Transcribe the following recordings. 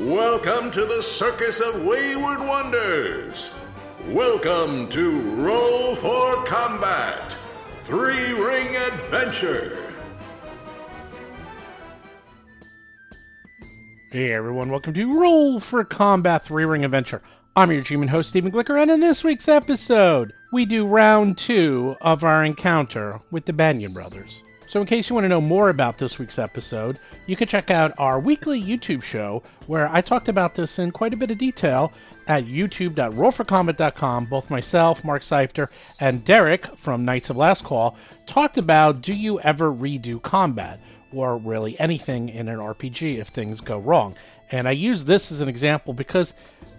Welcome to the Circus of Wayward Wonders. Welcome to Roll for Combat Three Ring Adventure. Hey everyone, welcome to Roll for Combat 3 Ring Adventure. I'm your GM and host, Stephen Glicker, and in this week's episode, we do round two of our encounter with the Banyan Brothers. So, in case you want to know more about this week's episode, you can check out our weekly YouTube show where I talked about this in quite a bit of detail at youtube.rollforcombat.com. Both myself, Mark Seifter, and Derek from Knights of Last Call talked about do you ever redo combat? or really anything in an RPG if things go wrong. And I use this as an example because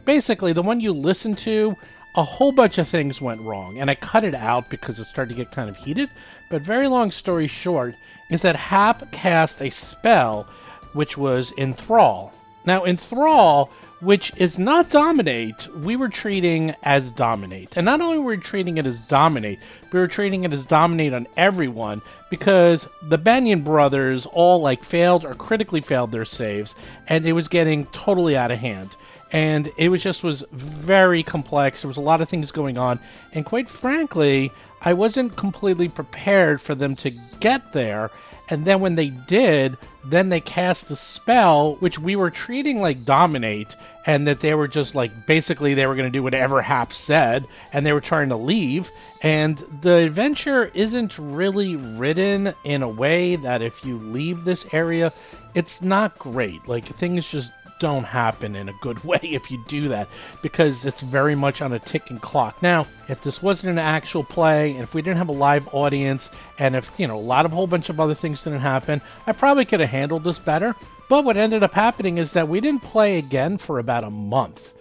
basically the one you listen to, a whole bunch of things went wrong. And I cut it out because it started to get kind of heated. But very long story short is that Hap cast a spell which was enthrall. Now, enthrall, which is not dominate, we were treating as dominate. And not only were we treating it as dominate, we were treating it as dominate on everyone because the Banyan brothers all like failed or critically failed their saves, and it was getting totally out of hand. And it was just was very complex. There was a lot of things going on, and quite frankly, I wasn't completely prepared for them to get there. And then when they did, then they cast the spell, which we were treating like dominate, and that they were just like basically they were going to do whatever Hap said, and they were trying to leave. And the adventure isn't really written in a way that if you leave this area, it's not great. Like things just don't happen in a good way if you do that because it's very much on a ticking clock. Now, if this wasn't an actual play and if we didn't have a live audience and if, you know, a lot of whole bunch of other things didn't happen, I probably could have handled this better. But what ended up happening is that we didn't play again for about a month.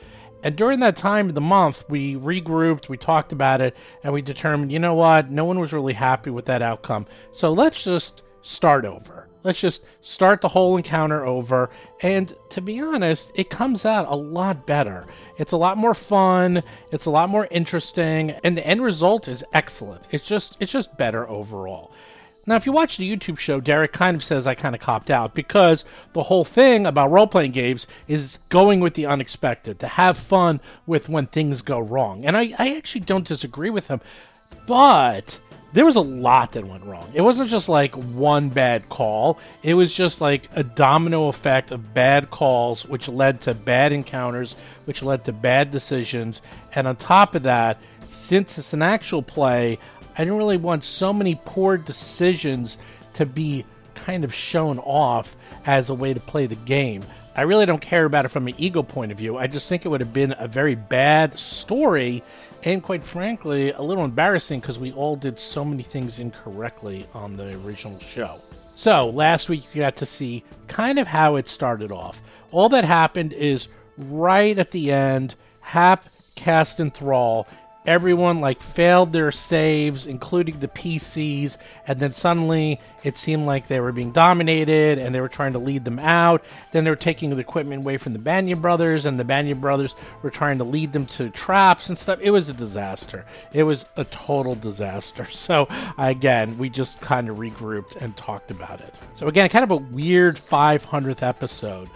And during that time of the month, we regrouped, we talked about it, and we determined, you know what, no one was really happy with that outcome. So let's just start over. Let's just start the whole encounter over. And to be honest, it comes out a lot better. It's a lot more fun, it's a lot more interesting, and the end result is excellent. It's just it's just better overall. Now, if you watch the YouTube show, Derek kind of says I kind of copped out because the whole thing about role playing games is going with the unexpected, to have fun with when things go wrong. And I, I actually don't disagree with him, but there was a lot that went wrong. It wasn't just like one bad call, it was just like a domino effect of bad calls, which led to bad encounters, which led to bad decisions. And on top of that, since it's an actual play, I didn't really want so many poor decisions to be kind of shown off as a way to play the game. I really don't care about it from an ego point of view. I just think it would have been a very bad story and quite frankly, a little embarrassing because we all did so many things incorrectly on the original show. So, last week you got to see kind of how it started off. All that happened is right at the end, Hap cast enthrall. Everyone like failed their saves, including the PCs, and then suddenly it seemed like they were being dominated and they were trying to lead them out. Then they were taking the equipment away from the Banyan brothers, and the Banyan brothers were trying to lead them to traps and stuff. It was a disaster. It was a total disaster. So, again, we just kind of regrouped and talked about it. So, again, kind of a weird 500th episode.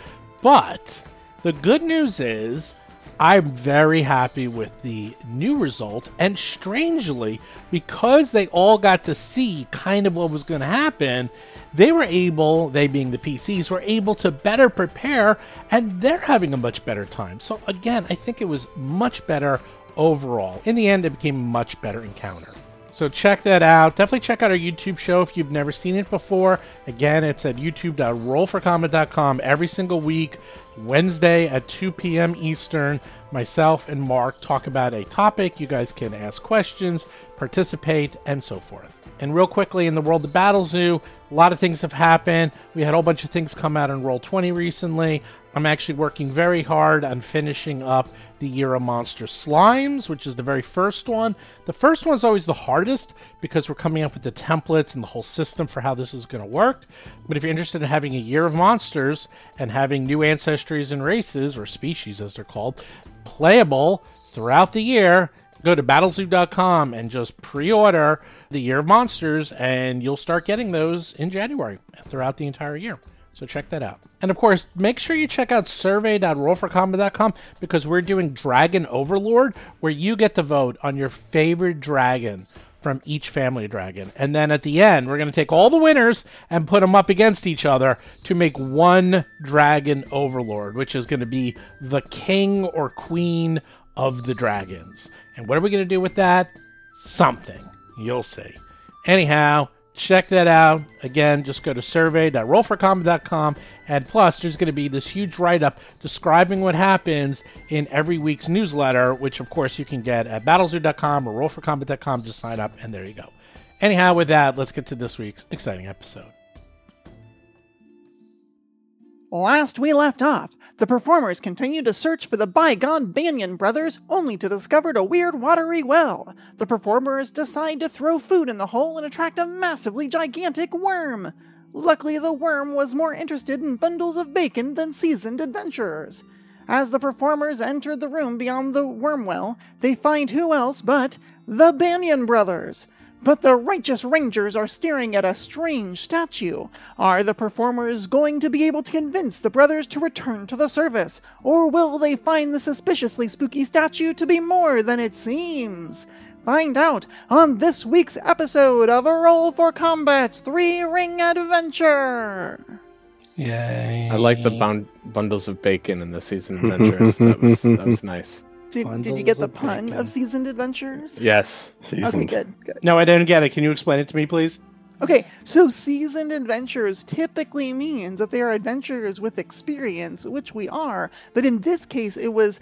But the good news is. I'm very happy with the new result. And strangely, because they all got to see kind of what was going to happen, they were able, they being the PCs, were able to better prepare and they're having a much better time. So, again, I think it was much better overall. In the end, it became a much better encounter. So check that out. Definitely check out our YouTube show if you've never seen it before. Again, it's at youtube.rollforcomment.com every single week, Wednesday at 2 p.m. Eastern. Myself and Mark talk about a topic. You guys can ask questions, participate, and so forth. And real quickly, in the world of Battle Zoo, a lot of things have happened. We had a whole bunch of things come out in Roll20 recently. I'm actually working very hard on finishing up the Year of Monster Slimes, which is the very first one. The first one's always the hardest because we're coming up with the templates and the whole system for how this is going to work. But if you're interested in having a Year of Monsters and having new ancestries and races, or species as they're called, playable throughout the year, go to battlezoo.com and just pre-order the year of monsters and you'll start getting those in january throughout the entire year So check that out. And of course, make sure you check out survey.rollforcombat.com because we're doing Dragon Overlord, where you get to vote on your favorite dragon from each family dragon. And then at the end, we're going to take all the winners and put them up against each other to make one dragon overlord, which is going to be the king or queen of the dragons. And what are we going to do with that? Something. You'll see. Anyhow, check that out. Again, just go to survey.rollforcombat.com. And plus, there's going to be this huge write up describing what happens in every week's newsletter, which, of course, you can get at battlezoo.com or rollforcombat.com. Just sign up, and there you go. Anyhow, with that, let's get to this week's exciting episode. Last we left off, the performers continued to search for the bygone Banyan brothers only to discover a weird watery well. The performers decide to throw food in the hole and attract a massively gigantic worm. Luckily, the worm was more interested in bundles of bacon than seasoned adventurers. As the performers enter the room beyond the worm well, they find who else but the Banyan brothers. But the righteous rangers are staring at a strange statue. Are the performers going to be able to convince the brothers to return to the service? Or will they find the suspiciously spooky statue to be more than it seems? Find out on this week's episode of A Roll for Combat's Three Ring Adventure! Yay. I like the bun- bundles of bacon in the season adventures. that, was, that was nice. Did, did you Bundles get the of pun bacon. of seasoned adventures? Yes. Okay, Seasoned. good, good. No, I didn't get it. Can you explain it to me, please? Okay, so seasoned adventurers typically means that they are adventurers with experience, which we are, but in this case it was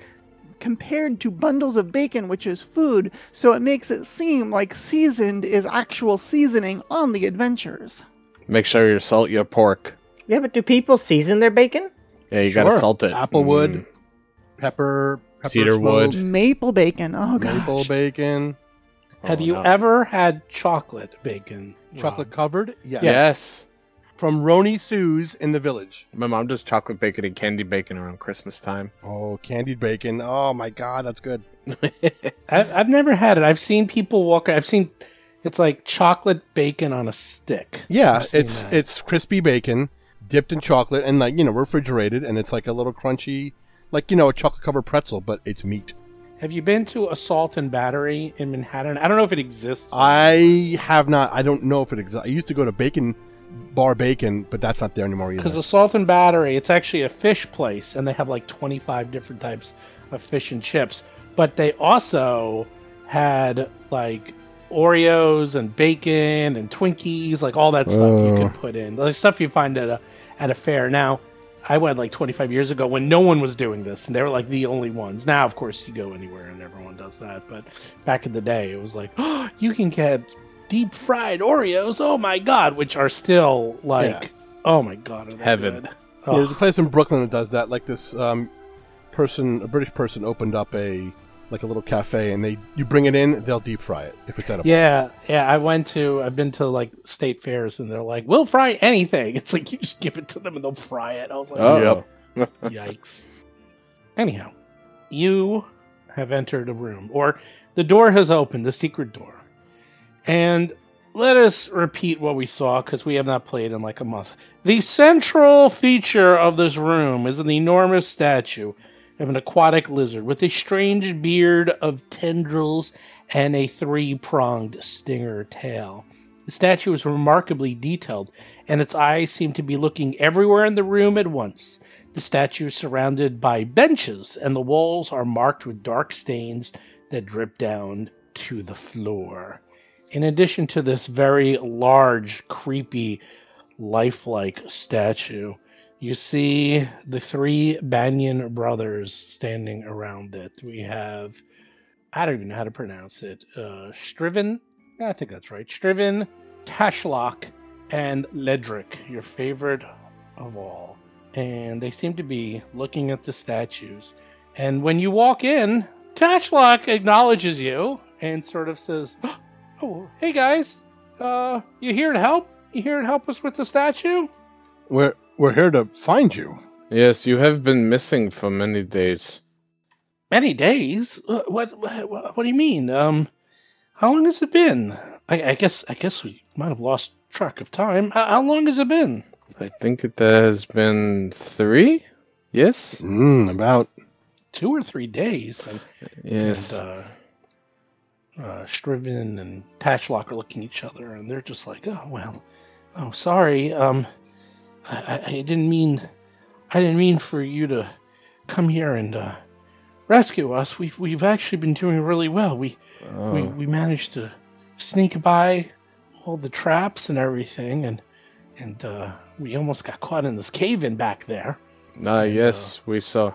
compared to bundles of bacon, which is food, so it makes it seem like seasoned is actual seasoning on the adventures. Make sure you salt your pork. Yeah, but do people season their bacon? Yeah, you gotta Sure. salt it. Applewood. Mm. Pepper, pepper Cedar smoked, wood. Maple bacon, oh gosh. maple bacon, Have Oh, you no. ever had chocolate bacon? chocolate Rob? covered. Yes. Yes. From Roni Sue's in the village. My mom does chocolate bacon and candy bacon around Christmas time. Oh, candied bacon. Oh my god, that's good. I've, I've never had it. I've seen people walk. I've seen it's like chocolate bacon on a stick. Yeah, I've seen it's that. it's crispy bacon dipped in chocolate and like you know refrigerated, and it's like a little crunchy, like you know a chocolate covered pretzel, but it's meat. Have you been to Assault and Battery in Manhattan? I don't know if it exists. I have not. I don't know if it exists. I used to go to Bacon Bar Bacon, but that's not there anymore because either. Assault and Battery, it's actually a fish place, and they have like 25 different types of fish and chips. But they also had like Oreos and bacon and Twinkies, like all that stuff you Oh. can put in. The stuff you find at a at a fair. Now, I went like 25 years ago when no one was doing this, and they were like the only ones. Now, of course, you go anywhere and everyone does that. But back in the day, it was like, oh, you can get deep fried Oreos. Oh my god, which are still like, Yeah. oh my god, are they Heaven. good. Yeah, there's a Ugh. place in Brooklyn that does that. Like this um, person, a British person, opened up a like a little cafe, and they you bring it in, they'll deep fry it if it's edible. Yeah, yeah. I went to, I've been to like state fairs, and they're like, we'll fry anything. It's like you just give it to them and they'll fry it. I was like, Oh. Yikes. Anyhow, you have entered a room, or the door has opened, the secret door. And let us repeat what we saw because we have not played in like a month. The central feature of this room is an enormous statue of an aquatic lizard with a strange beard of tendrils and a three pronged stinger tail. The statue is remarkably detailed, and its eyes seem to be looking everywhere in the room at once. The statue is surrounded by benches, and the walls are marked with dark stains that drip down to the floor. In addition to this very large, creepy, lifelike statue, you see the three Banyan brothers standing around it. We have, I don't even know how to pronounce it, uh, Striven, I think that's right, Striven, Tashlock, and Ledric, your favorite of all and they seem to be looking at the statues. And when you walk in, Tashlock acknowledges you and sort of says, "Oh, hey guys, uh, you here to help? You here to help us with the statue?" We're we're here to find you. Yes, you have been missing for many days. Many days. What? What? What, what do you mean? Um, how long has it been? I, I guess. I guess we might have lost track of time. How, how long has it been? I think it has been three. Yes. Mm, about. Two or three days. And, Yes. and uh, uh, Striven and Patchlock are looking at each other, and they're just like, "Oh well, oh sorry, um, I, I, I didn't mean, I didn't mean for you to come here and uh, rescue us. We've we've actually been doing really well. We we, Oh. we managed to sneak by all the traps and everything, and and uh, we almost got caught in this cave in back there. Ah, yes, we saw.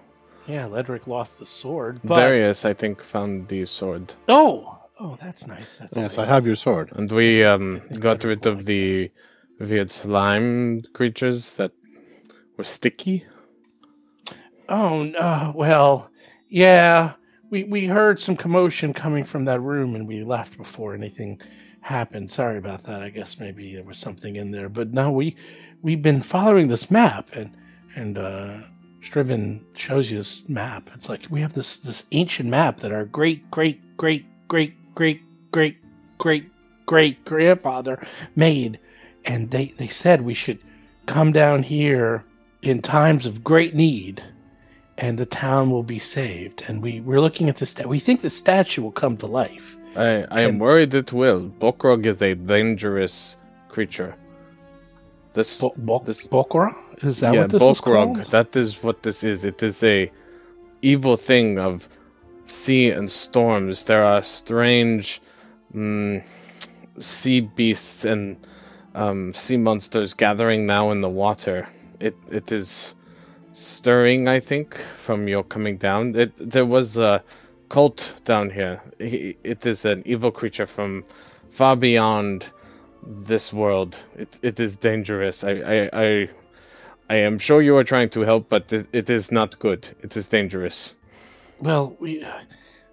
Yeah, Ledric lost his sword, uh, but Darius, I think, found the sword, oh, oh, that's nice. That's Yes, I nice. have your sword. and we um, think got Ledric rid will of like the weird slime creatures that were sticky. Oh, n- uh, well, yeah. We, we heard some commotion coming from that room and we left before anything happened. Sorry about that. I guess maybe there was something in there. But no, we, we've been following this map and, and, uh, Striven shows you this map. It's like we have this, this ancient map that our great, great, great, great, great, great, great, great grandfather made. And they, they said we should come down here in times of great need and the town will be saved. And we, we're looking at the sta- we think the statue will come to life. I, I am Can- worried it will. Bokrog is a dangerous creature. This, Bo- Bo- This- Bokora? Is that yeah, what this is Bokrog. called? That is what this is. It is a evil thing of sea and storms. There are strange mm, sea beasts and um, sea monsters gathering now in the water. It it is stirring. I think from your coming down. It there was a cult down here. He- It is an evil creature from far beyond this world. It it is dangerous. I I. I I am sure you are trying to help, but it, it is not good. It is dangerous. Well, we uh,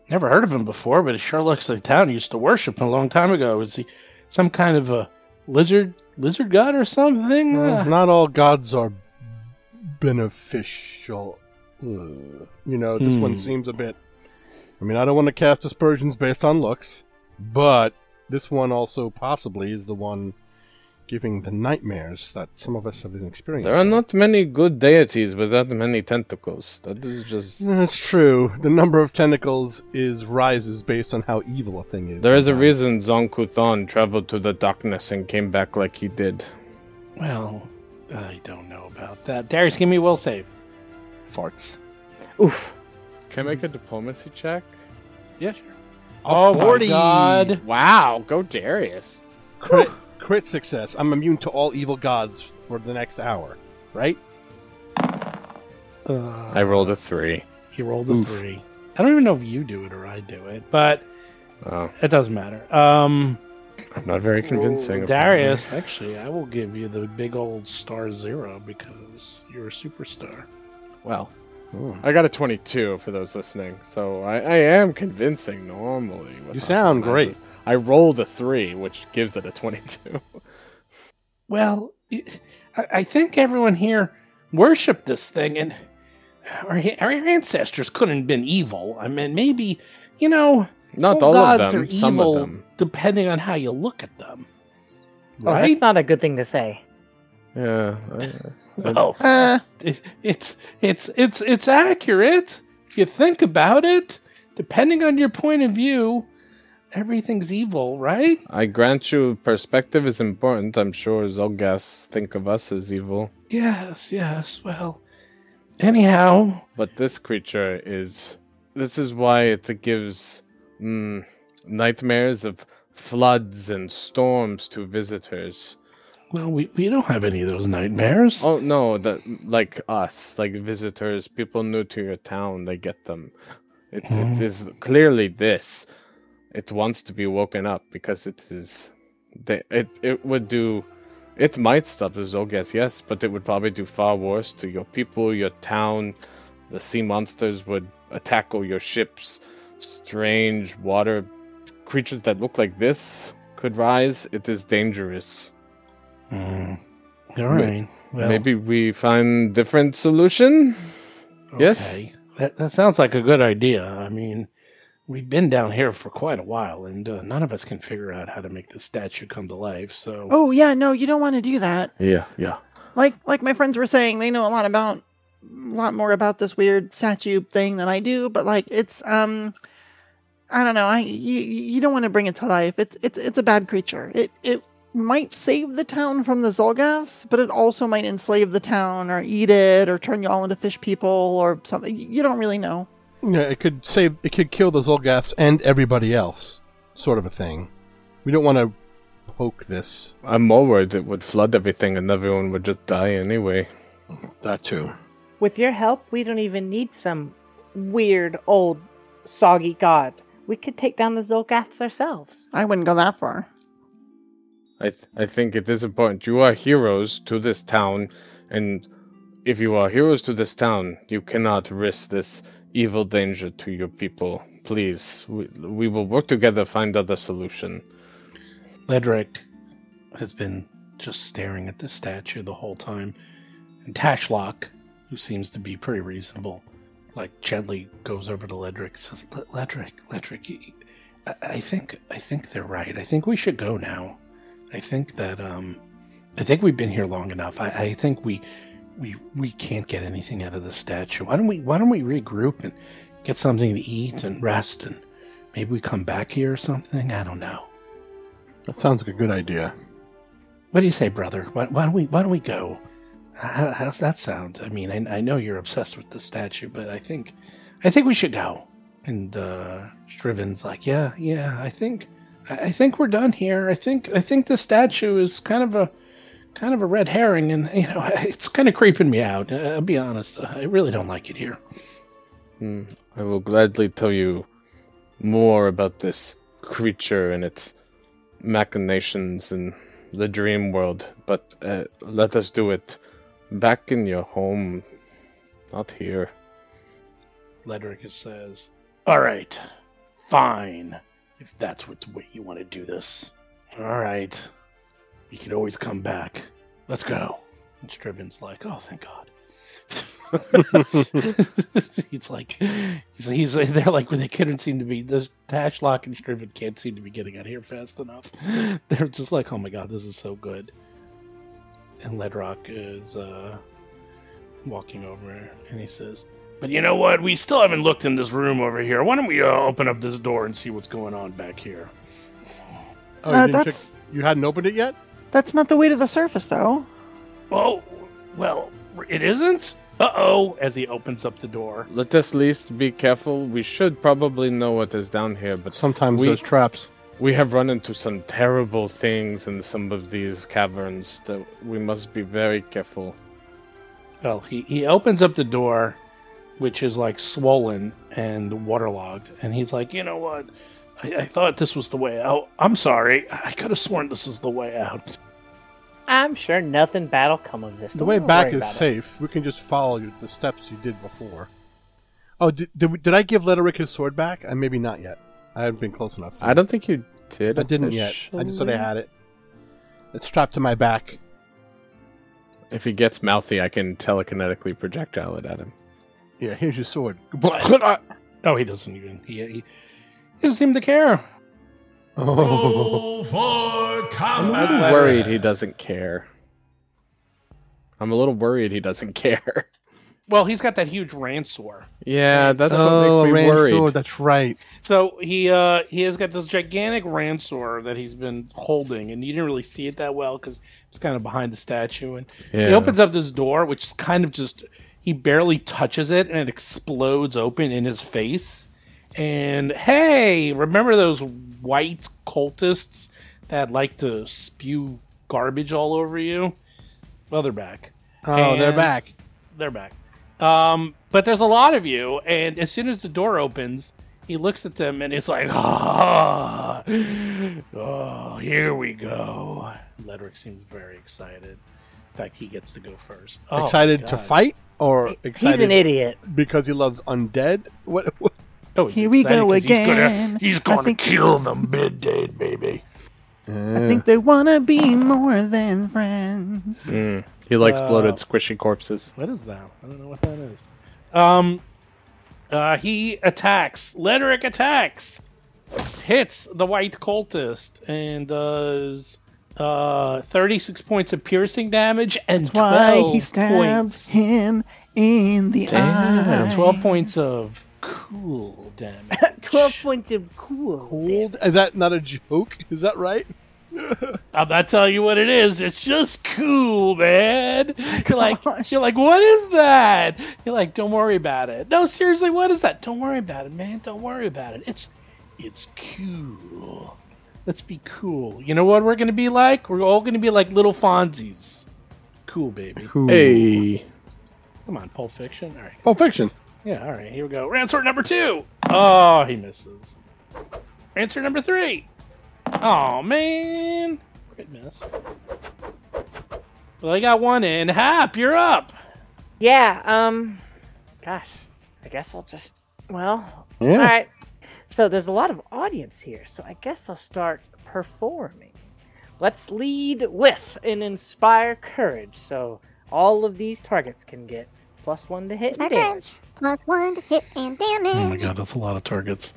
never heard of him before, but it sure looks like the town used to worship him a long time ago. Is he some kind of a lizard lizard god or something? Well, Mm-hmm. Uh, not all gods are beneficial. Ugh. You know, this Hmm. one seems a bit. I mean, I don't want to cast aspersions based on looks, but this one also possibly is the one giving the nightmares that some of us have been experiencing. There are not many good deities without many tentacles. That is just. That's true. The number of tentacles is rises based on how evil a thing is. There is a sometimes. reason Zong Kuthon traveled to the darkness and came back like he did. well, I don't know about that. Darius, give me a will save. farts. Oof. Can I make a diplomacy check? Yeah, sure. Oh, my 40. God. Wow, go Darius! Crit, crit success. I'm immune to all evil gods for the next hour. Right? Uh, I rolled a three. he rolled a Oof. three. I don't even know if you do it or I do it, but Oh, it doesn't matter. Um, I'm not very convincing. apparently. Darius, actually, I will give you the big old star zero because you're a superstar. Well, I got a 22 for those listening, so I, I am convincing normally. with You how sound good I great. was. I rolled a 3, which gives it a 22. Well, y- I I think everyone here worshiped this thing, and our, our ancestors couldn't have been evil. I mean, maybe, you know, Not all, all of gods them, are some evil of them. depending on how you look at them. Well, Right? Oh, that's not a good thing to say. Yeah. Well, Uh, it, it's it's it's it's accurate if you think about it. Depending on your point of view, everything's evil, right? I grant you perspective is important. I'm sure Zolgas think of us as evil. Yes, yes. Well, anyhow, But this creature is this is why it gives mm, nightmares of floods and storms to visitors. well, we, we don't have any of those nightmares. Oh no, that like us, like visitors, people new to your town, they get them. It, it Hmm. is clearly this. It wants to be woken up because it is. They, it it would do. It might stop the Zogas, yes, but it would probably do far worse to your people, your town. The sea monsters would attack all your ships. Strange water creatures that look like this could rise. It is dangerous. Hmm. All right. Well, Maybe we find different solution. yes. okay. That that sounds like a good idea. I mean, we've been down here for quite a while, and uh, none of us can figure out how to make the statue come to life. So, oh yeah, no, you don't want to do that. Yeah, yeah. like like my friends were saying, they know a lot about a lot more about this weird statue thing than I do, but like it's um I don't know, I you you don't want to bring it to life. It's it's it's a bad creature. It it might save the town from the Zolgas, but it also might enslave the town or eat it or turn you all into fish people or something. You don't really know. Yeah, it could save. It could kill the Zolgaths and everybody else, sort of a thing. We don't want to poke this. I'm more worried it would flood everything and everyone would just die anyway. That too. With your help, we don't even need some weird old soggy god. We could take down the Zolgaths ourselves. I wouldn't go that far. I th- I think it is important. You are heroes to this town, and if you are heroes to this town, you cannot risk this evil danger to your people. Please, we, we will work together, find other solution. Ledric has been just staring at the statue the whole time, and Tashlock, who seems to be pretty reasonable, like gently goes over to Ledric and says, "Le- "Ledric, Ledric, y- I, I think I think they're right. I think we should go now. I think that um, I think we've been here long enough. I, I think we." We, we can't get anything out of the statue. Why don't we Why don't we regroup and get something to eat and rest and maybe we come back here or something? I don't know. That sounds like a good idea. What do you say, brother? Why, why don't we Why don't we go? How, how's that sound? I mean, I, I know you're obsessed with the statue, but I think, I think we should go. And uh, Striven's like, yeah, yeah. I think, I, I think we're done here. I think, I think the statue is kind of a, kind of a red herring, and you know, it's kind of creeping me out. Uh, I'll be honest. I really don't like it here. Hmm, I will gladly tell you more about this creature and its machinations in the dream world, but uh, let us do it back in your home, not here. Ledric says, All right, fine, if that's what the way you want to do this. All right, you could always come back. Let's go. And Striven's like, Oh, thank God. he's like, he's, he's they're like, well, they couldn't seem to be. This Tashlock and Striven can't seem to be getting out of here fast enough. They're just like, Oh my God, this is so good. And Ledrock is uh, walking over and he says, but you know what? We still haven't looked in this room over here. Why don't we uh, open up this door and see what's going on back here? Oh, Uh, you, didn't that's- check, you hadn't opened it yet. That's not the way to the surface, though. Oh, well, it isn't? Uh oh, as he opens up the door. Let us at least be careful. We should probably know what is down here, but Sometimes We- those traps. we have run into some terrible things in some of these caverns that we must be very careful. Well, he, he opens up the door, which is like swollen and waterlogged, and he's like, you know what? I, I thought this was the way out. I'm sorry. I could have sworn this is the way out. I'm sure nothing bad will come of this. The Don't way even back worry is about it. safe. We can just follow you, the steps you did before. Oh, did, did, we- did I give Lederick his sword back? Uh, maybe not yet. I haven't been close enough. I don't think you did. I didn't yet. I just said I officially. had it. It's strapped to my back. If he gets mouthy, I can telekinetically projectile it at him. Yeah, here's your sword. Oh, he doesn't even. He, he, he doesn't seem to care. Oh. Roll for I'm a combat. little worried he doesn't care. I'm a little worried he doesn't care. Well, he's got that huge ransor. Yeah, that's Oh, what makes me Rand's worried. sword, That's right. So he uh he has got this gigantic ransor that he's been holding, and you didn't really see it that well because it's kind of behind the statue. And Yeah. he opens up this door, which kind of just he barely touches it, and it explodes open in his face. And hey, remember those white cultists that like to spew garbage all over you? Well, they're back Oh, they're And- back. they're back. Um, but there's a lot of you, and as soon as the door opens, he looks at them and he's like, "Ah, oh, here we go." Ledric seems very excited. In fact, he gets to go first. Oh, excited to God. fight or He's an excited idiot. because he loves undead? What? what- Oh, he's Here we excited go 'cause again. He's gonna, he's I gonna think- kill them midday, baby. I think they want to be more than friends. Mm. He likes Wow. bloated, squishy corpses. What is that? I don't know what that is. Um, uh, he attacks. Lederick attacks. Hits the white cultist and does Uh, 36 points of piercing damage and That's why 12 he stabbed points. him in the Damn, eye. 12 points of cool damage. 12 points of cool. Cold? Is that not a joke? Is that right? I'm not telling you what it is. It's just cool, man. You're like, gosh. you're like, what is that? You're like, don't worry about it. No, seriously, what is that? Don't worry about it, man. Don't worry about it. It's, it's cool. Let's be cool. You know what we're gonna be like? We're all gonna be like little Fonzies. Cool, baby. Hey. Come on, Pulp Fiction. All right. Pulp Fiction. Yeah, all right, here we go. Answer number two. Oh, he misses. Answer number three. Oh man, great miss. Well, I got one in. Hap, you're up. Yeah, um, gosh, I guess I'll just, well, Yeah. all right. So there's a lot of audience here, so I guess I'll start performing. Let's lead with and inspire courage, so all of these targets can get plus one to hit and damage. Courage. Plus one to hit and Oh damage. Oh that's a lot of targets.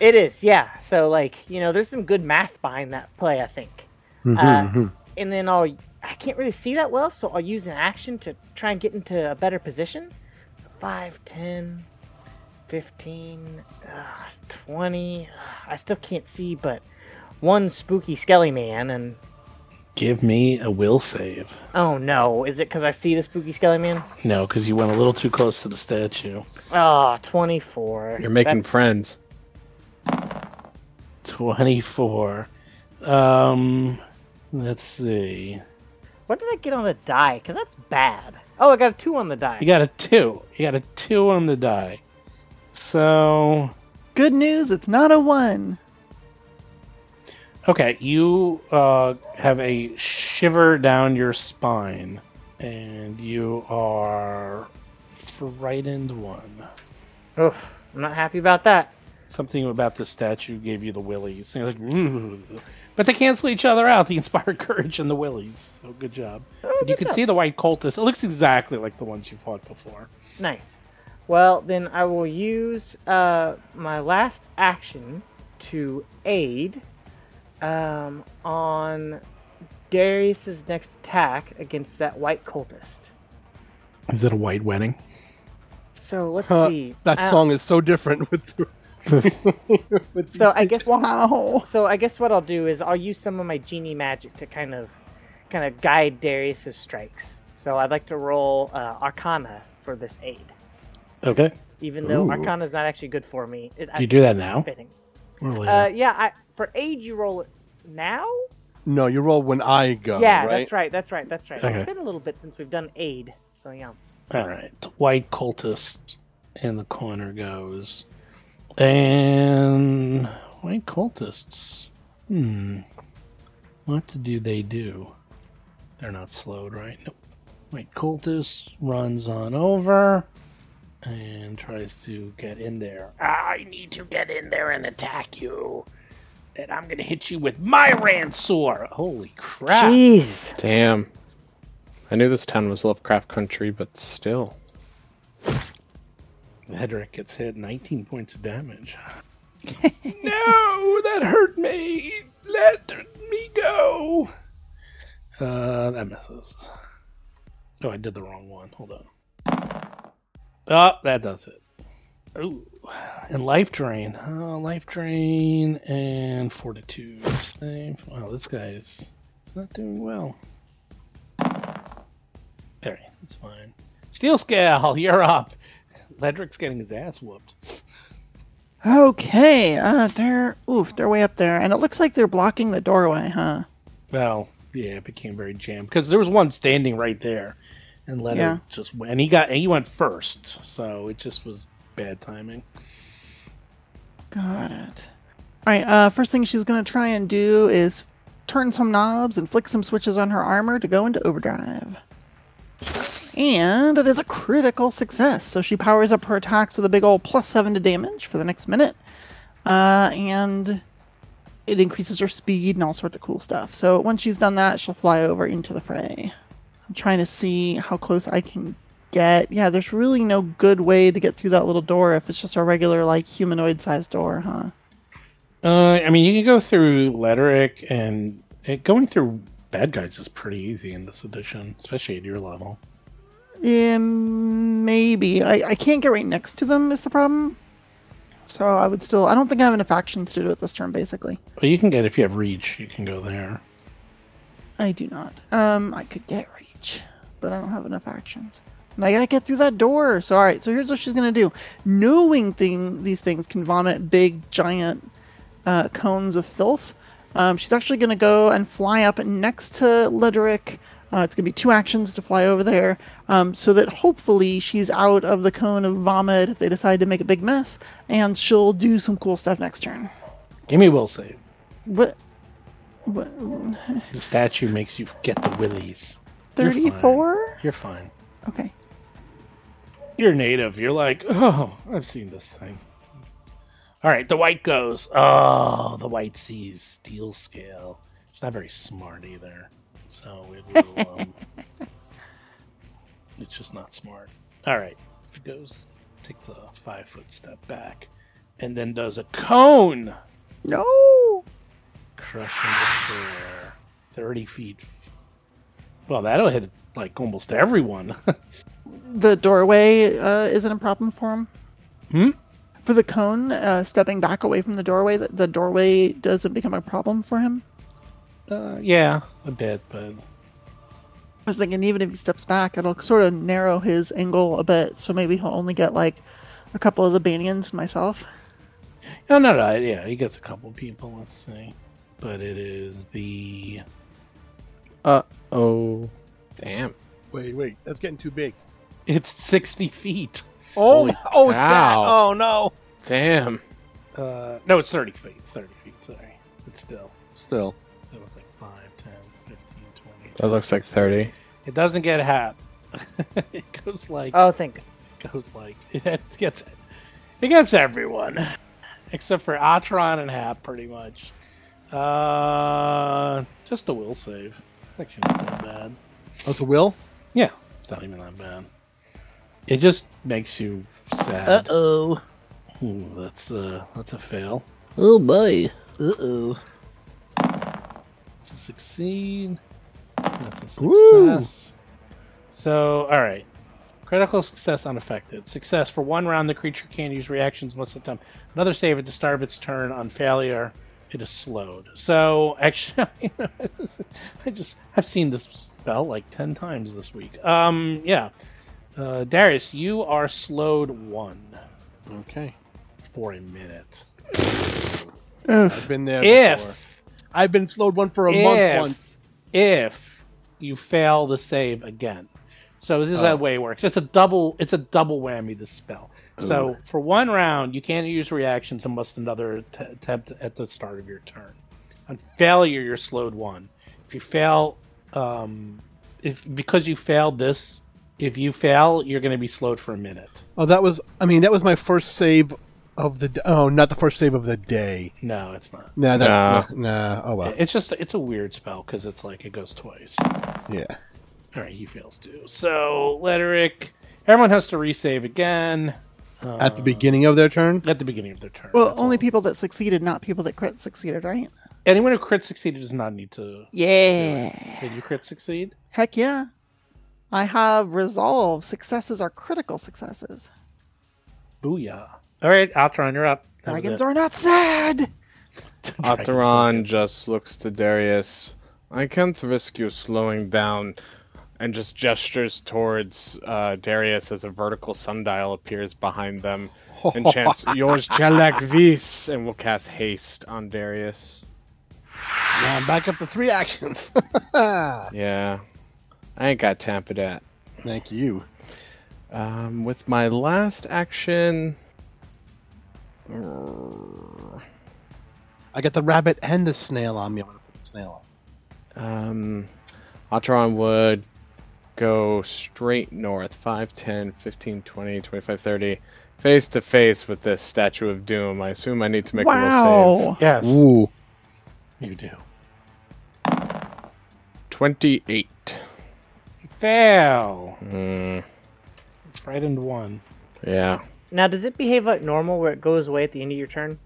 It is, yeah. So like, you know, there's some good math behind that play, I think. Mm-hmm, Uh, and then I'll I can't really see that well, so I'll use an action to try and get into a better position. So 5, 10, 15, uh, 20. I still can't see, but one spooky skelly man and Give me a will save. oh no, is it cuz I see the spooky skelly man? No, because you went a little too close to the statue. Oh, 24. You're making That- friends. Twenty-four. Um, let's see. What did I get on the die? Cuz that's bad. Oh, I got a 2 on the die. You got a two. You got a two on the die. So Good news, it's not a one. Okay, you uh, have a shiver down your spine, and you are frightened one. Oof, I'm not happy about that. Something about the statue gave you the willies. And you're like, "Ooh." but they cancel each other out. The inspired courage and the willies. So good job. Oh, But you good can job. see the white cultist. It looks exactly like the ones you fought before. Nice. Well, then I will use uh, my last action to aid um, on Darius's next attack against that white cultist. Is it a white wedding? So let's Huh, see. that Uh, song is so different with. The, with So I guess Wow. so. I guess what I'll do is I'll use some of my genie magic to kind of kind of guide Darius's strikes. So I'd like to roll uh, Arcana for this aid, Okay. even though Ooh. Arcana's not actually good for me. It, I Do you think do that it's now? fitting. Or later? Uh, yeah, I, for aid you roll it now. no, you roll when I go. yeah, right? that's right, that's right, that's right. Oh, Okay. It's been a little bit since we've done aid, so yeah. All right, the white cultist in the corner goes, and white cultists. Hmm, what do they do? They're not slowed, right? Nope. White cultist runs on over and tries to get in there. I need to get in there and attack you, and I'm gonna hit you with my ransor. Holy crap! Jeez. Damn. I knew this town was Lovecraft Country, but still. Hedrick gets hit 19 points of damage. no, that hurt me. Let me go. Uh, that misses. Oh, I did the wrong one. Hold on. Oh, that does it. Ooh. And life drain. Oh, life drain and fortitude. Save. Wow, this guy's he's not doing well. There, it's fine. Steel scale, you're up. Ledrick's getting his ass whooped. Okay, uh, they're oof, they're way up there, and it looks like they're blocking the doorway, huh? Well, yeah, it became very jammed because there was one standing right there, and Ledrick Yeah. just went. And he got and he went first, so it just was bad timing. Got it. All right. Uh, first thing she's gonna try and do is turn some knobs and flick some switches on her armor to go into overdrive. And it is a critical success, so she powers up her attacks with a big old plus seven to damage for the next minute, uh, and it increases her speed and all sorts of cool stuff. So once she's done that, she'll fly over into the fray. I'm trying to see how close I can get. Yeah, there's really no good way to get through that little door if it's just a regular, like, humanoid sized door, huh? Uh, I mean, you can go through Ledrick and It, going through bad guys is pretty easy in this edition, especially at your level. Yeah, Um, maybe. I, I can't get right next to them, is the problem. So I would still. I don't think I have enough actions to do it this turn, basically. But you can get if you have reach, you can go there. I do not. Um, I could get reach, but I don't have enough actions. And I gotta get through that door. So all right. So here's what she's gonna do. Knowing thing these things can vomit big giant uh, cones of filth. Um, she's actually gonna go and fly up next to Lederick. Uh, it's gonna be two actions to fly over there, um, so that hopefully she's out of the cone of vomit if they decide to make a big mess, and she'll do some cool stuff next turn. Give me a will save. What? What? The statue makes you get the willies. You're fine. Thirty-four. You're fine. Okay. You're native. You're like, oh, I've seen this thing. All right, the white goes. Oh, the white sees steel scale. It's not very smart either. So it will. Um, it's just not smart. All right, it goes, takes a five foot step back, and then does a cone. No. crushing the destroyer 30 feet. Well, that'll hit like almost everyone. The doorway uh, isn't a problem for him. Hmm? For the cone uh, stepping back away from the doorway, the, the doorway doesn't become a problem for him. uh, yeah, a bit, but I was thinking even if he steps back, it'll sort of narrow his angle a bit, so maybe he'll only get like a couple of the Banyans and myself. no, no, no. Yeah, he gets a couple people. Let's see, but it is the Uh oh. Damn. Wait, wait, that's getting too big. it's 60 feet. Oh, Holy oh, it's that. cow. Oh no. Damn. Uh, no, it's 30 feet. It's 30 feet. Sorry, but still, Still, so it's like 5, 10, 15, 20. That looks like 30. It doesn't get half. it goes like Oh, thanks. goes like it gets it gets everyone except for Atron and Hap, pretty much. Uh, just a will save. It's actually not that bad. that's Oh, a will. Yeah, it's not even that bad. It just makes you Uh sad. oh. Ooh, that's uh, that's a fail. Oh boy. Uh oh. To succeed, that's a success. So, all right. Critical success unaffected. Success for one round. The creature can use reactions most of the time. Another save at the start of its turn. On failure, it is slowed. So actually, I just I've seen this spell like ten times this week. Um, yeah. Uh, Darius, you are slowed one Okay, for a minute. I've been there before. If I've been slowed one for a If. month once. if you fail the save again. So this is how the way it works. It's a double. It's a double whammy. This spell. So for one round, you can't use reactions unless another t- attempt at the start of your turn. On failure, you're slowed one. If you fail, um, if because you failed this, if you fail, you're going to be slowed for a minute. Oh, that was. I mean, that was my first save of the. d- Oh, not the first save of the day. No, it's not. Nah, that, nah. Oh well. It's just it's a weird spell because it's like it goes twice. Yeah. All right, he fails too. So Lederick, everyone has to resave again uh, At the beginning of their turn. at the beginning of their turn. Well, That's only all. people that succeeded, not people that crit succeeded, right? anyone who crit succeeded does not need to. Yeah. Did you crit succeed? Heck yeah. I have resolve. Successes are critical successes. Booyah! All right, Atron, you're up. That was Dragons it. are not sad. Dragons are- Atheron just looks to Darius. I can't risk you slowing down, and just gestures towards uh, Darius as a vertical sundial appears behind them and chants "Yours Jalak Vis" and will cast haste on Darius. Yeah, I'm back up to three actions. Yeah, I ain't got time for that. Thank you. Um, with my last action, I got the rabbit and the snail on me. I'm gonna put the snail on. Um, Atron would go straight north 5, 10, 15, 20, 25, 30, face to face with this statue of doom. I assume I need to make a little save. Wow. Yes, Ooh. you do. 28. You fail. Mm, It's right into one. yeah. Now, does it behave like normal where it goes away at the end of your turn?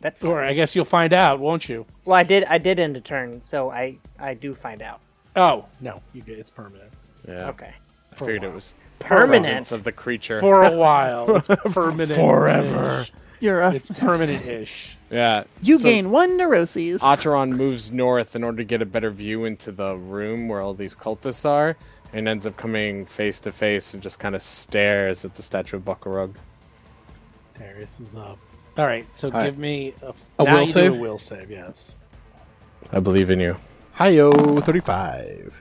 That's Or I guess you'll find out, won't you? Well, I did. I did end a turn, so I I do find out. Oh no, you get it's permanent Yeah. Okay. I figured it was Permanent. of the creature. for a while. It's permanent. Forever. You're a, It's permanent-ish. yeah. you so- gain one neuroses. Acheron moves north in order to get a better view into the room where all these cultists are, and ends up coming face to face and just kind of stares at the statue of Buckarug. Darius is up. All right, so Hi. give me a, A now will you save? Do a will save, yes. I believe in you. Hi-yo, 35.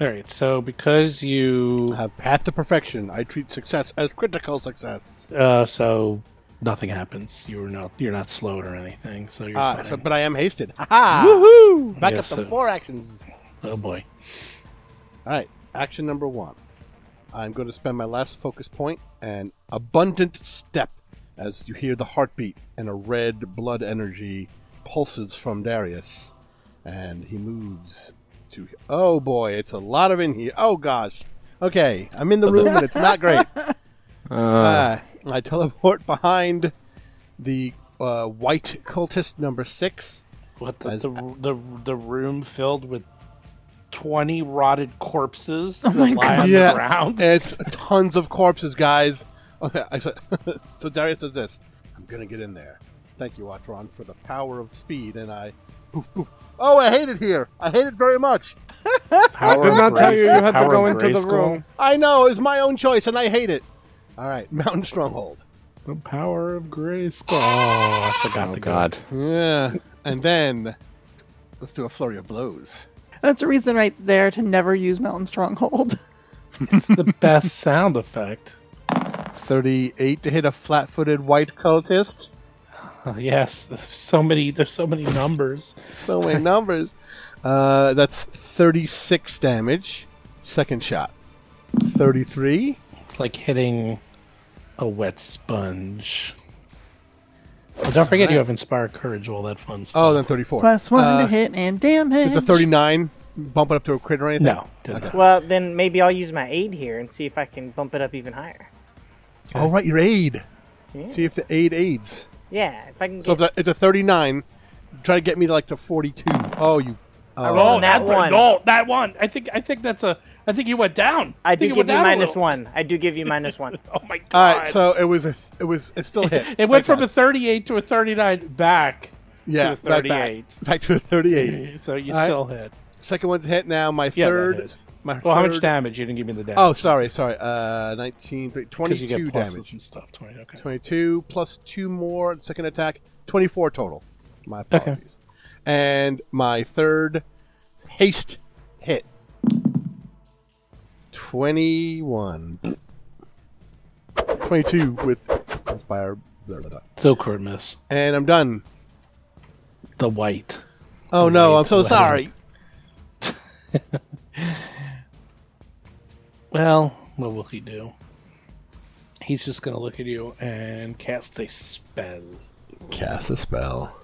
All right, so because you have path to perfection. I treat success as critical success. uh, so nothing happens. You're not you're not slowed or anything, Uh, so you're Ah, fine. so, but I am hasted. Ha ha! Woohoo! Back Yeah, up so- to four actions. Oh boy. All right, action number one. I'm going to spend my last focus point and abundant step as you hear the heartbeat and a red blood energy pulses from Darius, and he moves to. Oh boy, it's a lot of in here. Oh gosh. Okay, I'm in the room and it's not great. Uh, Uh, I teleport behind the uh, white cultist number six. What the, As- the, the the room filled with twenty rotted corpses Oh that my lie on Yeah. the ground? It's tons of corpses, guys. Okay, I, so, so Darius does this. I'm gonna get in there. Thank you, Atron, for the power of speed. And I, poof, poof. Oh, I hate it here. I hate it very much. Power I did of not tell grace- you you had to power go of into the grayskull? room. I know it's my own choice, and I hate it. All right, Mountain Stronghold. The power of grace. Oh, I forgot Oh the God. Yeah, and then let's do a flurry of blows. That's a reason right there to never use Mountain Stronghold. the best sound effect. Thirty-eight to hit a flat-footed white cultist. Oh, yes, there's so many. There's so many numbers. so many numbers. Uh, that's 36 damage. Second shot. 33. It's like hitting a wet sponge. Oh, don't forget you have inspire courage, all that fun stuff. Oh, then 34. Plus one Uh, to hit and damage. It's a 39. Bump it up to a crit or anything? no, did not. Well, then maybe I'll use my aid here and see if I can bump it up even higher. All right, your aid. Yeah. See if the aid aids. Yeah, if I can. Get, So if that- it's a 39. Try to get me to like to 42. Oh, you. Oh, rolled that one. No, that one. I think. I think that's a. I think you went down. I do think give you down a minus little. one. I do give you minus one. Oh my god! All right, so it was a th- it was it still hit. it went from a 38 to a 39 back. yeah, to a right 38. Back, back to a 38. So you All right. still hit. Second one's hit now. My Yeah, that third. is. My Well, how third- much damage? You didn't give me the damage. Oh, sorry, sorry. Uh, 19, three- 'Cause you 22 get pluses damage. and stuff. 20. Okay. 22 plus two more second attack, 24 total. My Okay. apologies. And my third haste hit. 21. 22 with inspire. Blah, blah, blah. Still crit miss. And I'm done. The white. Oh no, Wait, I'm so what? sorry. Well, what will he do? He's just going to look at you and cast a spell. Cast a spell.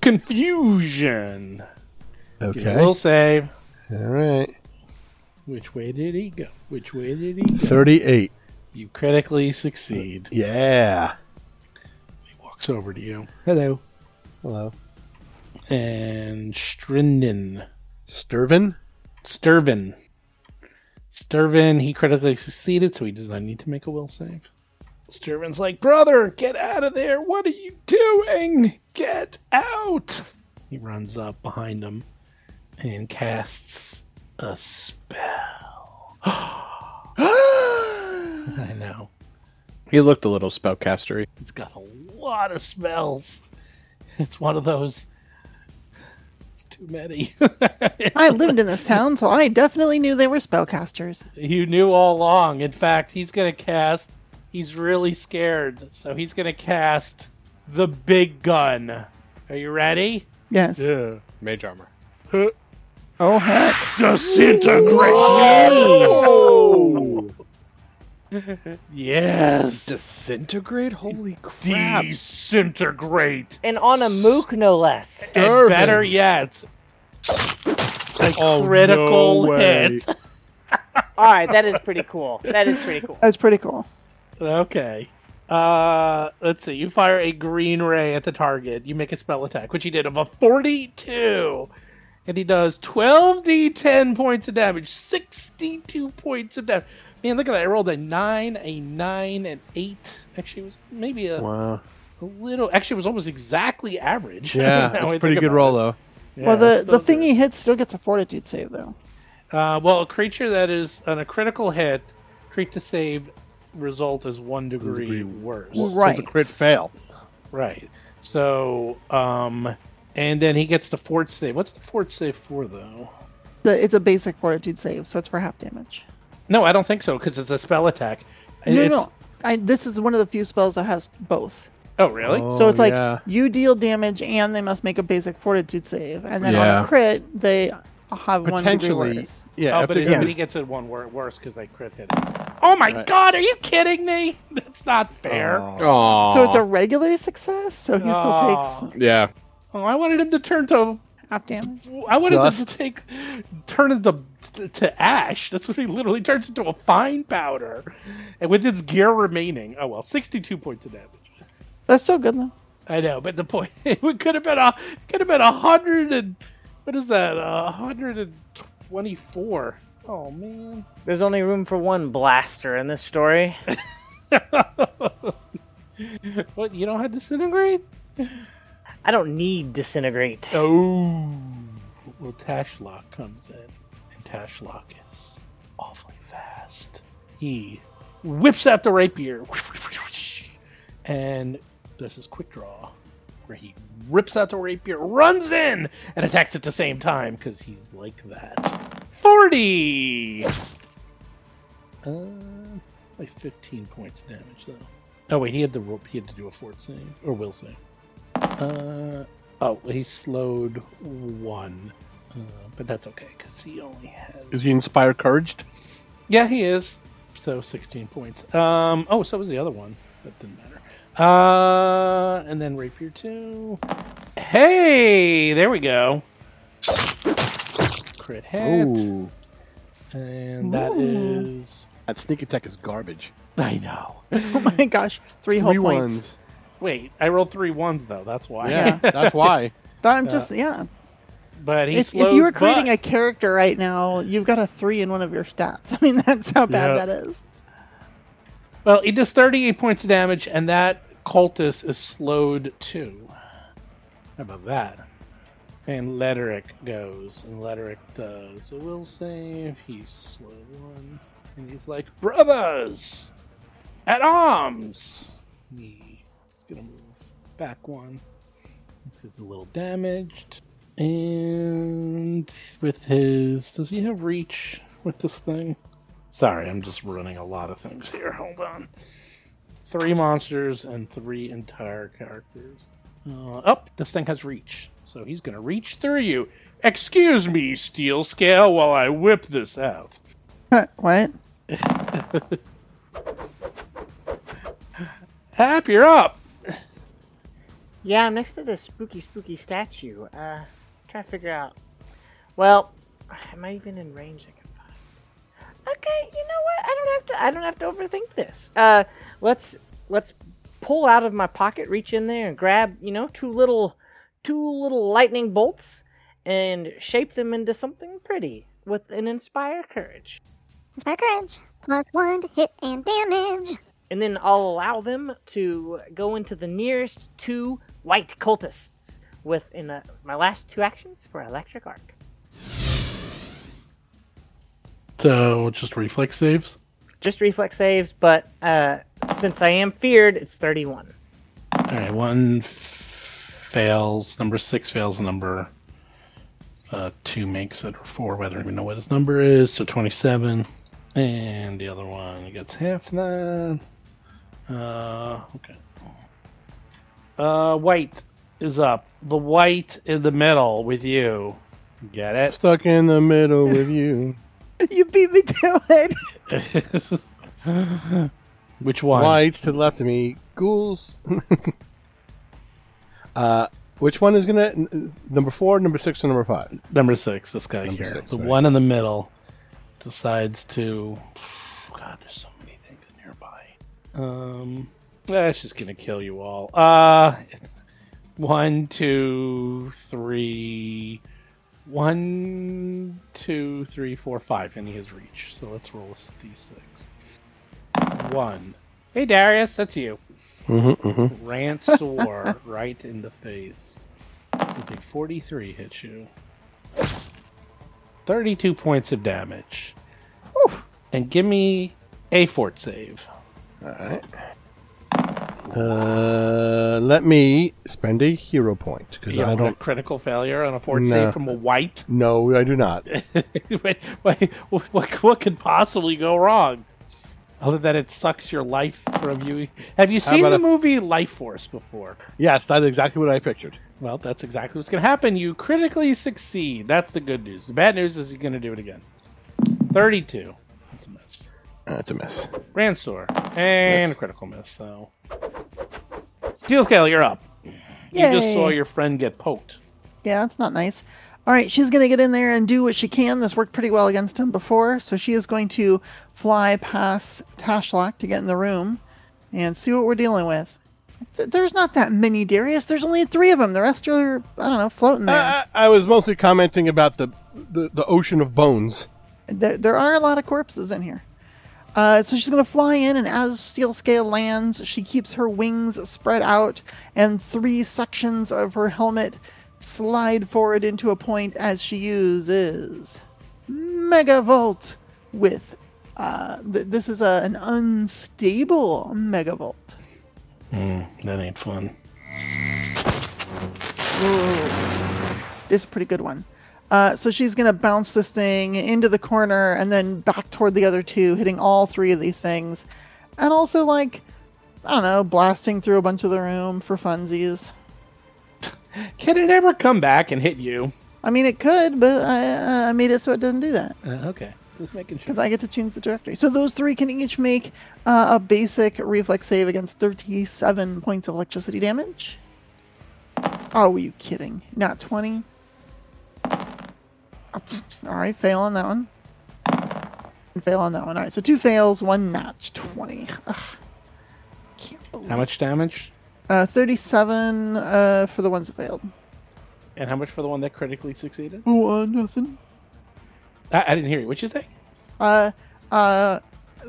Confusion. Okay. We'll All save. right. Which way did he go? Which way did he go? 38. You critically succeed. Yeah. He walks over to you. Hello. Hello. And Strindin. Sturvin? Sturvin. Sturvin, he critically succeeded, so he does not need to make a will save. Sturvin's like, Brother, get out of there. What are you doing? Get out. He runs up behind him and casts a spell. I know. He looked a little spellcastery. It's got a lot of spells. It's one of those. It's too many. I lived in this town, so I definitely knew they were spellcasters. You knew all along. In fact, he's going to cast. He's really scared, so he's going to cast the big gun. Are you ready? Yes. Yeah. Mage armor. Oh heck. Oh! Disintegration. yes. Disintegrate? Holy crap. Disintegrate. And on a mook, no less. And better yet, a critical hit. All right, that is pretty cool. That is pretty cool. That's pretty cool. Okay. Uh, let's see. You fire a green ray at the target. You make a spell attack, which he did of a 42. And he does 12d10 points of damage, 62 points of damage. Man, look at that. I rolled a 9, a 9, and 8. Actually, it was maybe a, Wow. a little. Actually, it was almost exactly average. Yeah, now I that's a think pretty good about roll, it. though. Yeah, well, the it's the still thing good. he hits still gets a fortitude save though. Uh, well, a creature that is on a critical hit, treat to save result is one degree, degree worse. wor- So Right. the crit fail. Right. So, um, and then he gets the fort save. What's the fort save for though? The, it's a basic fortitude save, so it's for half damage. No, I don't think so because it's a spell attack. no, It's- no, I, this is one of the few spells that has both. Oh, really? so Oh, it's like yeah. you deal damage, and they must make a basic fortitude save, and then on a Yeah. crit they have one degree potentially. worse. yeah, oh, if but, they're it, gonna but do- he gets it one wor- worse because they crit hit. it. Oh my God! Are you kidding me? That's not fair. Oh. Oh. Aww. So it's a regular success, so he still Aw. takes yeah. Oh, I wanted him to turn to. half damage. I wanted him to Dust. take turn into to ash. That's what he literally turns into a fine powder, and with its gear remaining. Oh well, sixty-two points of damage. That's still good though. I know, but the point it could have been a could have been a hundred and what is that? A hundred and twenty-four. Oh man. There's only room for one blaster in this story. what you don't have disintegrate? I don't need disintegrate. Oh. Well, Tashlock comes in, and Tashlock is awfully fast. He whips out the rapier, and does his quick draw, where he rips out the rapier, runs in, and attacks at the same time because he's like that. Forty. Uh, like fifteen points of damage though. Oh wait, he had the rope. He had to do a fort save or will save. Uh. Oh, he slowed one, uh, but that's okay because he only has. Is he inspire couraged? Yeah, he is. So sixteen points. Um. Oh, so was the other one. That didn't matter. Uh, and then rapier two. Hey, there we go. Crit hit, Ooh. and that Ooh. is. That sneak attack is garbage. I know. Oh my gosh, three whole Three points. ones. Wait, I rolled three ones though. That's why. Yeah, that's why. That- I'm Yeah. just yeah. but he If, slowed. if you were creating but- a character right now, you've got a three in one of your stats. I mean, that's how bad Yeah. that is. Well, it does 38 points of damage, and that cultist is slowed too. How about that? And Lederick goes, and Lederick does a will save. He's slow one, and he's like, "Brothers, at arms!" He- He's gonna move back one. This is a little damaged, and with his, does he have reach with this thing? Sorry, I'm just running a lot of things here. Hold on. Three monsters and three entire characters. Uh, oh, this thing has reach. So he's going to reach through you. Excuse me, Steel Scale, while I whip this out. Huh, what? Hap, you're up. Yeah, I'm next to this spooky, spooky statue. Uh, trying to figure out. Well, am I even in range? I can find. Okay, you know what? I don't have to. I don't have to overthink this. Uh, let's let's pull out of my pocket, reach in there, and grab you know two little two little lightning bolts, and shape them into something pretty with an inspire courage. Inspire courage. Plus one to hit and damage. and then I'll allow them to go into the nearest two white cultists with in uh my last two actions for electric arc. So, just reflex saves. Just reflex saves, but uh, since I am feared, it's 31. All right, one f- fails. Number six fails. Number uh, two makes it, or four. I don't even know what his number is. So 27. And the other one gets half that. Uh, okay. Uh, white is up. The white in the middle with you. Get it? Stuck in the middle with you. You beat me to it. Which one? Whites to the left of me. Ghouls. uh, which one is gonna n- n- number four, number six, or number five? Number six, this guy Number here. six, the right. one in the middle decides to. God, there's so many things nearby. Um, That's just gonna kill you all. Uh, one, two, three, one, two, three, four, five, and he has reach. So let's roll a d6. One. Hey Darius, that's you. Mm-hmm, Ransor right in the face. Does a 43 hit you? 32 points of damage. And give me a fort save. right. Uh, let me spend a hero point because You I don't want don't. a critical failure on a fort No. save from a white. No, I do not. Wait, wait, what, what could possibly go wrong? Other than it sucks your life from you. Have you How seen about the a- movie Life Force before? yes, that's exactly what I pictured. Well, that's exactly what's going to happen. You critically succeed. That's the good news. The bad news is you're going to do it again. 32. That's a miss. That's Uh, a miss. Ransor. And a critical miss, so. Steel Scale, you're up. You just Yay. saw your friend get poked. Yeah, that's not nice. All right, she's going to get in there and do what she can. This worked pretty well against him before, so she is going to fly past Tashlock to get in the room and see what we're dealing with. Th- there's not that many Darius. There's only three of them. The rest are, I don't know, floating there. I, I I was mostly commenting about the, the the ocean of bones. there, there are a lot of corpses in here. Uh, so she's going to fly in, and as Steel Scale lands, she keeps her wings spread out, and three sections of her helmet slide forward into a point as she uses Megavolt with. Uh, th- this is a, an unstable Megavolt. that ain't fun. It's a pretty good one. Uh, so she's going to bounce this thing into the corner and then back toward the other two, hitting all three of these things. And also, like, I don't know, blasting through a bunch of the room for funsies. Can it ever come back and hit you? I mean, it could, but I, I made it so it doesn't do that Uh, okay. Just making sure. because I get to change the trajectory. So those three can each make uh, a basic reflex save against 37 points of electricity damage. Oh, were you kidding? Not 20? Alright, fail on that one. And fail on that one. Alright, so two fails, one notch, 20. Ugh. Can't believe How much damage? Uh, 37 uh, for the ones that failed. And how much for the one that critically succeeded? Oh, uh, nothing. I, I didn't hear you. What'd you think? Uh, uh,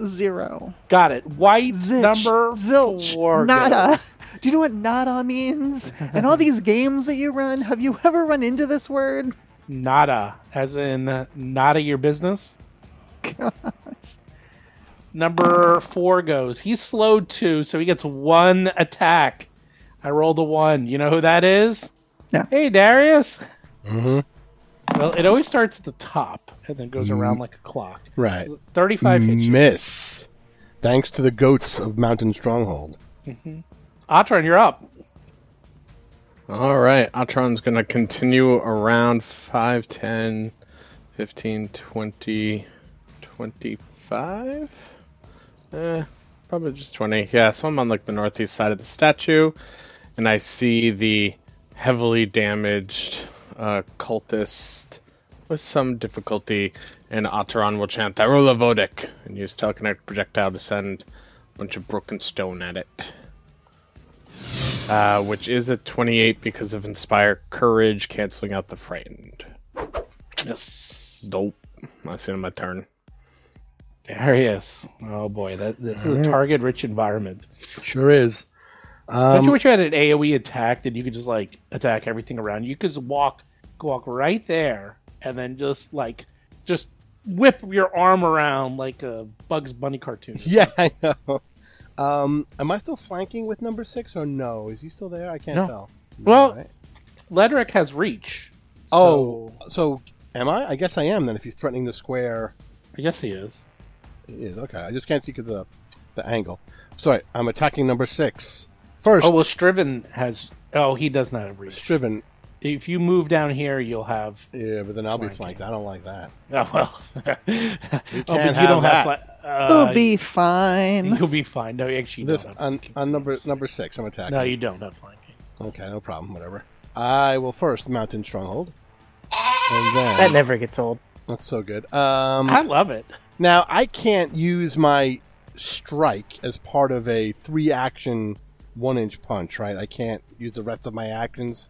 zero. Got it. White Zilch, number zilch, four. nada. goes. Do you know what nada means? And all these games that you run, have you ever run into this word? Nada, as in uh, nada your business. Number four goes. He's slowed two, so he gets one attack. I rolled a one. You know who that is? No. Hey, Darius. Mm-hmm. Well, it always starts at the top and then goes around like a clock. Right. Thirty-five hits you. Miss. Thanks to the goats of Mountain Stronghold. Atron, you're up. All right, Atron's going to continue around 5, 10, 15, 20, 25? Eh, probably just 20. Yeah, so I'm on like the northeast side of the statue, and I see the heavily damaged uh, cultist with some difficulty, and Ataran will chant Tharula Vodic and use telekinetic projectile to send a bunch of broken stone at it uh, which is at 28 because of Inspire Courage, canceling out the Frightened. Yes. Dope. I seen my turn. There he is. Oh boy, that this is a target-rich environment. Sure is. Don't you Um, wish you had an AOE attack that you could just like attack everything around you? You could just walk, walk right there, and then just like, just whip your arm around like a Bugs Bunny cartoon. yeah, I know. Um, am I still flanking with number six or no? Is he still there? I can't No. tell. Well- right. Ledric has reach. oh, so- so am I? I guess I am then. If he's threatening the square, I guess he is. it is okay. I just can't see 'cause of the the angle. Sorry, I'm attacking number six first. Oh well, Striven has. Oh, he does not have reach. striven. If you move down here, you'll have. Yeah, but then I'll be Flanking. flanked. I don't like that. Oh well. oh, but you can't have that. fla- It'll uh, be fine. You'll be fine. No, you actually, This don't have on, flanking. on number number six. I'm attacking. No, you don't have flanking. Okay, no problem. Whatever. I will first mountain stronghold, and That then never gets old. that's so good. Um, I love it. Now I can't use my strike as part of a three action one inch punch, right? I can't use the rest of my actions,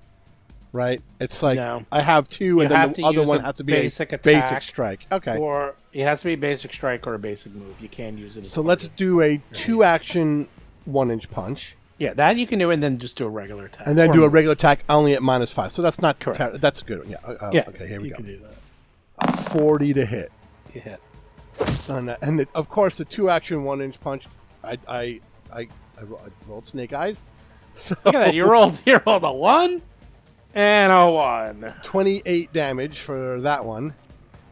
right? It's like No. I have two, You and then have the to other use one a has to be basic a attack basic strike. Okay. Or it has to be a basic strike or a basic move. You can use it as So let's do a two action one inch punch. Yeah, that you can do and then just do a regular attack. And then Or do a move. regular attack only at minus five. So that's not Correct. correct. that's a good one. Yeah. uh, Yeah. Okay. Here we you go. can do that. Forty to hit. You hit. on that. And it, of course, the two action one inch punch. I I I, I, ro- I rolled snake eyes. So Look at that. You rolled, you rolled a one and a one. twenty eight damage for that one,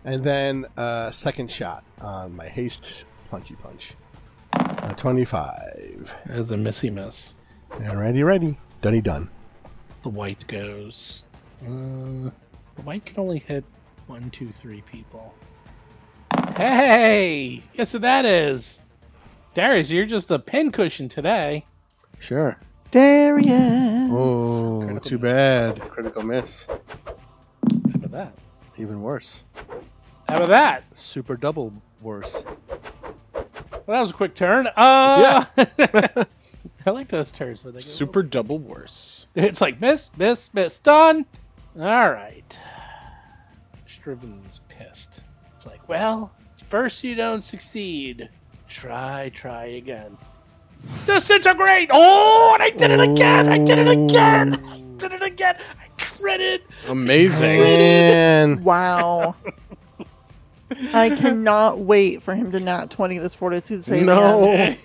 and then uh, second shot on my haste punchy punch. Uh, twenty five. As a missy miss. And ready, ready, done, done. The white goes. Uh, the white can only hit one, two, three people. Hey! Guess who that is? Darius, you're just a pincushion today. Sure. Darian. Oh, Critical too bad. Critical miss. How about that? Even worse. How about that? Super double worse. Well, that was a quick turn. Uh, I like those turns. Where they go, Super double worse. It's like miss, miss, miss. Done. All right. Striven's pissed. It's like, well, first you don't succeed. Try, try again. Disintegrate! Oh, and I did it again! I did it again! I did it again! I credit. Amazing. And Wow. I cannot wait for him to not 20 this fortitude save. No. again.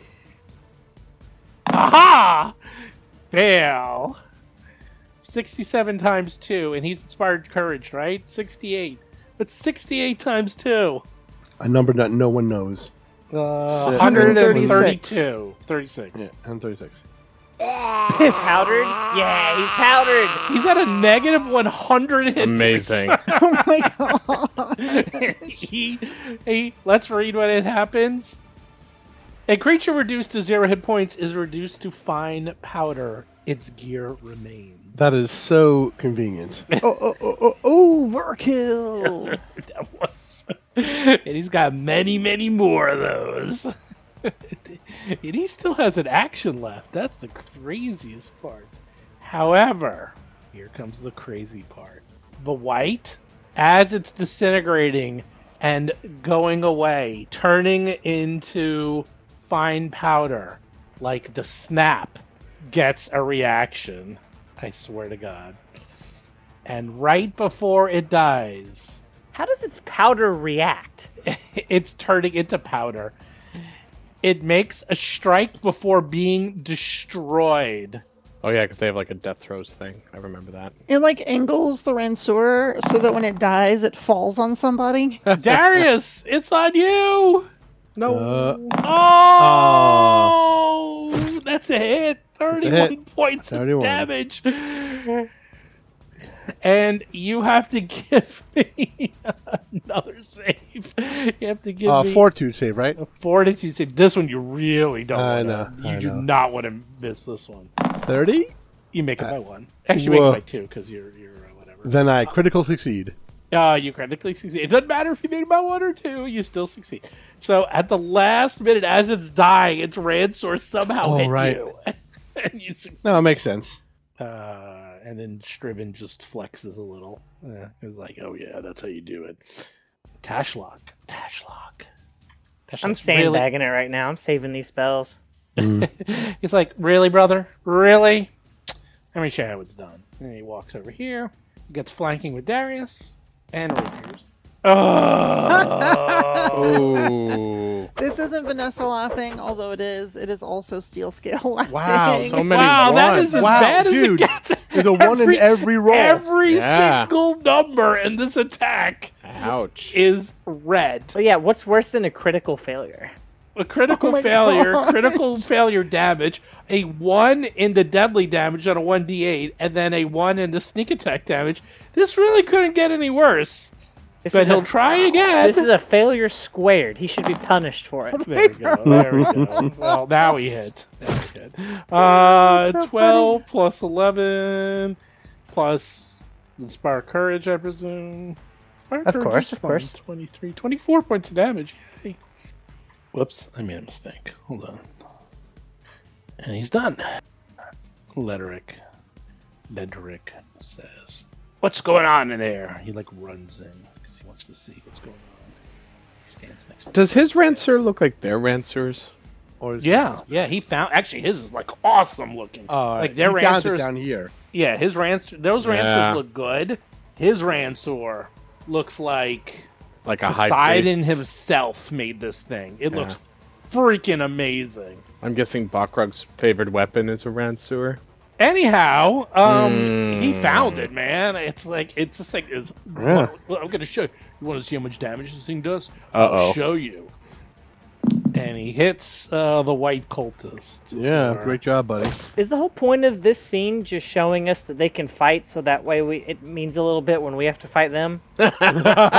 Aha! Fail. 67 times 2, and he's inspired courage, right? 68. That's 68 times 2. a number that no one knows. Uh, Six. 132. 36. Yeah, and 36. powdered? Yeah, he's powdered. He's at a negative 100. Amazing. Oh my god. he, he, let's read what it happens. A creature reduced to zero hit points is reduced to fine powder. Its gear remains. That is so convenient. Oh, oh, oh, oh, overkill. that was. and he's got many, many more of those. and he still has an action left. That's the craziest part. However, here comes the crazy part. The white, as it's disintegrating and going away, turning into fine powder, like the snap, gets a reaction. I swear to God. And right before it dies, How does its powder react? it's turning into powder. It makes a strike before being destroyed. Oh yeah, because they have like a death throes thing. I remember that. it like angles the Ransour so that when it dies, it falls on somebody. Darius, it's on you. No. Uh, Oh, that's a hit. Thirty-one That's a hit. points 31. of damage. And you have to give me another save. You have to give uh, me fortitude save, right? a fortitude save. This one you really don't. I wanna- know, You I do know. not want to miss this one. 30? You make it Uh, by one. Actually, you whoa. make it by two because you're you're uh, whatever. Then I critical succeed. Uh, you critically succeed. It doesn't matter if you made it by one or two. You still succeed. So at the last minute, as it's dying, its Ransour somehow Oh, hit right. you, and you succeed. No, it makes sense. Uh, and then Striven just flexes a little. Uh, it's like, oh yeah, that's how you do it. Tashlock, Tashlock. I'm Tashlock's really- sandbagging it right now. I'm saving these spells. He's like, really, brother? Really? Let me show you how it's done. And he walks over here, gets flanking with Darius, and reappears. Oh! Oh. this isn't Vanessa laughing, although it is. It is also Steel Scale laughing. Wow, so many wow, that ones. is as Wow, bad as dude. it gets. There's a one in every roll. Every Yeah. single number in this attack Ouch. is red. But yeah, what's worse than a critical failure? A critical Oh my failure, God. critical failure damage, a one in the deadly damage on a one d eight, and then a one in the sneak attack damage. This really couldn't get any worse. This but is he'll a, try again. This is a failure squared. He should be punished for it. there we go. There we go. Well, now he hit. Now he hit. Uh, that's so twelve plus eleven plus inspire courage, I presume. Inspire Of course, is of fun. course. 23, 24 points of damage. Yay. Whoops, I made a mistake. Hold on. And he's done. Lederick. Lederick says, What's going on in there? He like runs in because he wants to see what's going on. He stands next to Does his Rancer look like their Rancers? Or is Yeah, yeah, he found actually his is like awesome looking. Uh, like their he downs it Rancers down here. Yeah, his Rancer those Rancers Yeah. look good. His Rancor looks like Like a high Poseidon priest? himself made this thing. It Yeah. looks freaking amazing. I'm guessing Bakrog's favorite weapon is a Rancer. Anyhow, um, he Mm. found it, man. It's like it's this thing is. Yeah. Well, I'm gonna show you. You want to see how much damage this thing does? Uh oh. Show you. And he hits uh, the white cultist. Yeah, for- great job, buddy. Is the whole point of this scene just showing us that they can fight, so that way we it means a little bit when we have to fight them?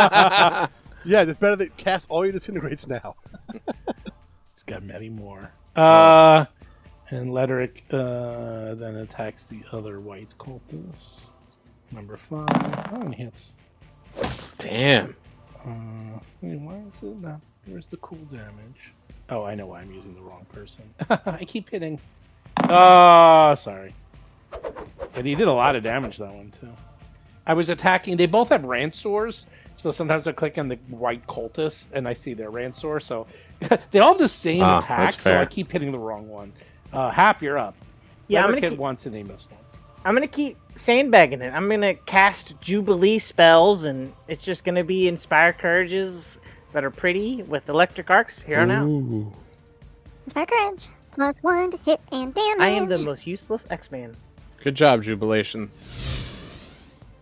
Yeah, it's better that cast all your disintegrates now. He's got many more. Uh, and Lederick uh, then attacks the other white cultist. Number five. Oh, and he hits. Damn. Uh, wait, why is it not? Where's the cool damage? Oh, I know why I'm using the wrong person. I keep hitting. Ah, sorry. But he did a lot of damage that one too. I was attacking. They both have rancors, so sometimes I click on the white cultist and I see their rancor. So they all have the same Ah, attack, that's so I fair. keep hitting the wrong one. Uh, Hap, you're up. Yeah, I'm Leather gonna hit keep- once and he missed once. I'm gonna keep sandbagging it. I'm gonna cast Jubilee spells, and it's just gonna be Inspire Courages that are pretty with electric arcs here on out. Ooh. Inspire courage. Plus one to hit and damage. I am the most useless X-Man. Good job, Jubilation.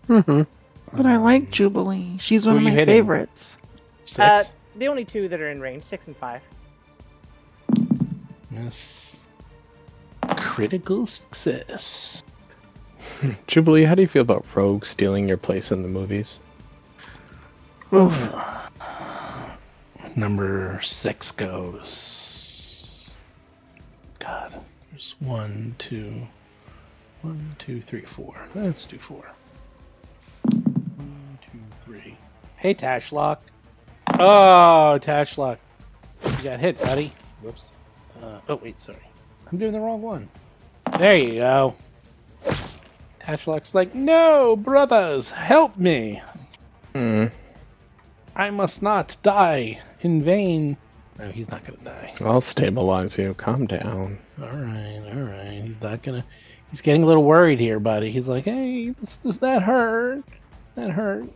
But I like Jubilee. She's who one of you my hitting? favorites. Six. Uh, the only two that are in range, six and five. Miss. Critical success. Jubilee, how do you feel about Rogue stealing your place in the movies? Number six goes. God, there's one, two, one, two, three, four. Let's do four. One, two, three. Hey, Tashlock. Oh, Tashlock. You got hit, buddy. Whoops. Uh, oh, wait, sorry. I'm doing the wrong one. There you go. Tashlock's like, no, brothers, help me. Hmm. I must not die in vain. No, he's not gonna die. I'll stabilize you. Calm down. All right, all right. He's not gonna. He's getting a little worried here, buddy. He's like, "Hey, this, this, that hurt. That hurt."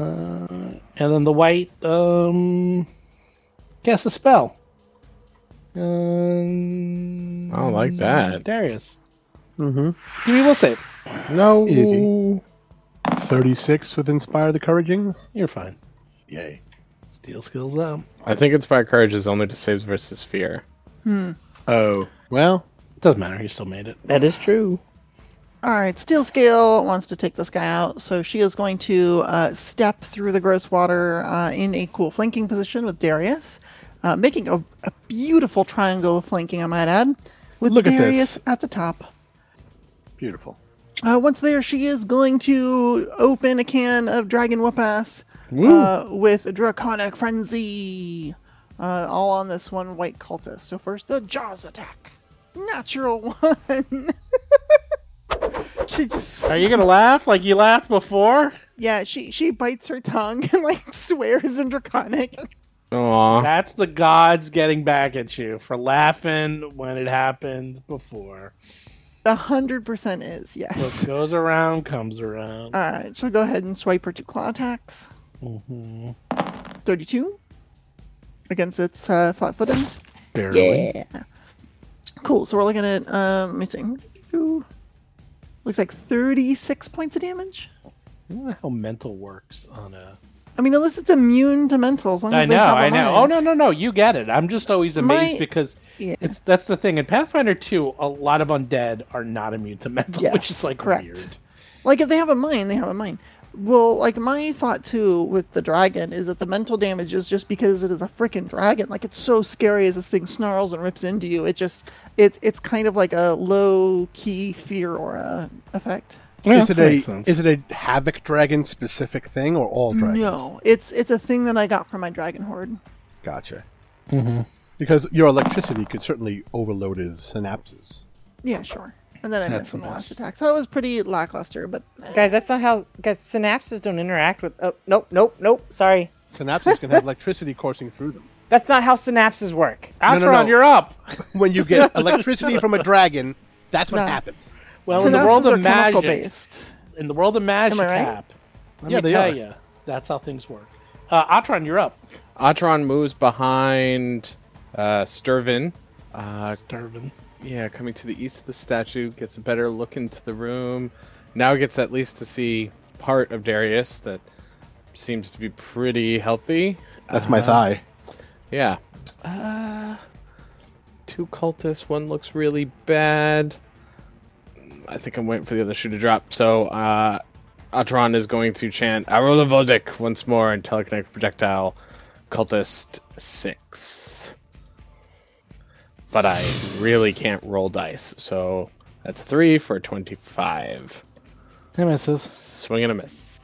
Uh, and then the white um, cast a spell. Um, I like that. Darius, Mm-hmm. give me a will save. No. Easy. 36 with Inspire the Couragings. You're fine. Yay. Steel skills up. I think Inspire Courage is only to saves versus fear. Hmm. Oh. Well, Doesn't matter. You still made it. That is true. All right, Steel Scale wants to take this guy out, so she is going to uh, step through the gross water uh, in a cool flanking position with Darius, uh, making a, a beautiful triangle of flanking, I might add, with Look at this. Darius at, the top. beautiful. Uh, once there, she is going to open a can of Dragon Whoopass uh, with Draconic Frenzy, uh, all on this one white cultist. So first, the Jaws attack. Natural one. she just Are you gonna laugh like you laughed before? Yeah, she she bites her tongue and like swears in draconic. Aw. That's the gods getting back at you for laughing when it happened before. A hundred percent is What yes. goes around comes around. All right, so go ahead and swipe her two claw attacks. hmm Thirty-two against its uh, flat-footed. Barely. Cool. So we're looking at um, let me see. Looks like thirty-six points of damage. I don't know how mental works on a. I mean, unless it's immune to mental, as long as I they know, have I know. mine. Oh no, no, no! You get it. I'm just always amazed My- because Yeah. it's that's the thing in Pathfinder 2. A lot of undead are not immune to mental, which Yes, is like correct. weird. Like if they have a mind, they have a mind. Well, like my thought too with the dragon is that the mental damage is just because it is a freaking dragon. Like it's so scary as this thing snarls and rips into you. It just it it's kind of like a low key fear aura effect. Yeah, is it that makes a sense. is it a havoc dragon specific thing or all dragons? No, it's it's a thing that I got from my dragon horde. Gotcha. Mm-hmm. Because your electricity could certainly overload his synapses. Yeah, sure. And then I That's missed on the a last mess. attack. So that was pretty lackluster, but Guys, that's not how. Guys, synapses don't interact with. Oh, nope, nope, nope. Sorry. Synapses can have electricity coursing through them. That's not how synapses work. Atron, no. you're up. When you get electricity from electricity from a dragon, that's what No. happens. Well, in Oh, the synapses world are of chemical magic, based. in the world of magic, Am I right? app, let Yeah, me they tell are. you, that's how things work. Uh, Atron, you're up. Atron moves behind uh, Sturvin. Uh, Sturvin. yeah, coming to the east of the statue, gets a better look into the room. Now gets at least to see part of Darius that seems to be pretty healthy. That's my Uh-huh. Uh, thigh. Yeah. Uh, two cultists. One looks really bad. I think I'm waiting for the other shoe to drop. So uh, Atron is going to chant Arula Vodic once more and telekinetic projectile cultist six. But I really can't roll dice, so that's a three for a twenty-five. Hey, misses. Swing and a miss.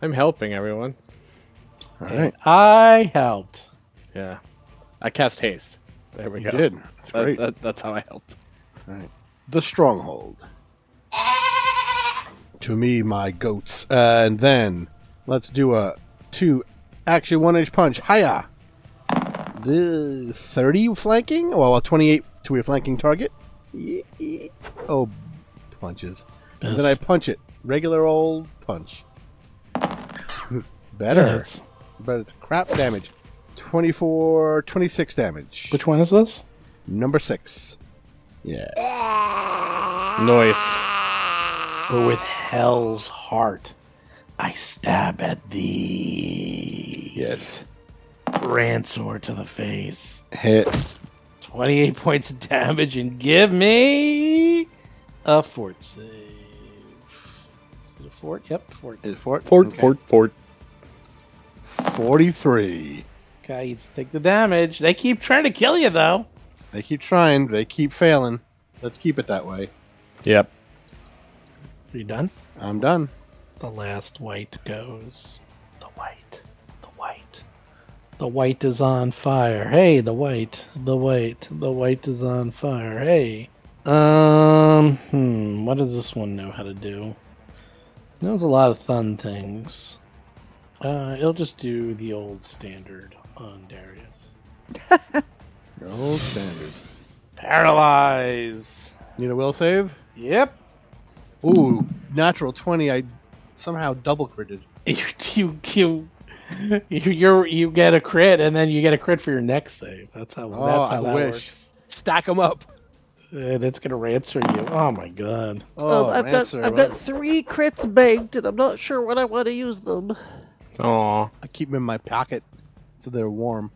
I'm helping everyone. All right. I helped. Yeah, I cast haste. There we You go. did. That's That- great. that- that's how I helped. the stronghold. to me, my goats. And then let's do a two, actually one inch punch. Hiya. The thirty flanking. Well, a twenty-eight to a flanking target. Yeah. Oh, punches. And then I punch it. Regular old punch. Better, Yes. but it's crap damage. 24, 26 damage. Which one is this? Number six. Yeah. Noise. Ah. But with hell's heart, I stab at thee. Yes. Ransor to the face. Hit. 28 points of damage and give me a fort save. Is it a fort? Yep, fort. Is it fort? Port, Okay. port, port. 43. Guy needs to take the damage. They keep trying to kill you, though. They keep trying, they keep failing. Let's keep it that way. Yep. Are you done? I'm done. The last white goes. The white. The white. The white is on fire. Hey, the white. The white. The white is on fire. Hey. Um, hmm. What does this one know how to do? Knows a lot of fun things. Uh, it'll just do the old standard on Darius. Gold standard. Paralyze. Need a will save? Yep. Ooh, natural 20. I somehow double critted. You, you, you, you, you're- you get a crit, and then you get a crit for your next save. That's how. Oh, that's how I that wish. works. Stack them up. And it's gonna ransom you. Oh my god. Oh, Um, I've Rancer, got I've well, got three crits baked, and I'm not sure when I want to use them. Aw. I keep them in my pocket so they're warm.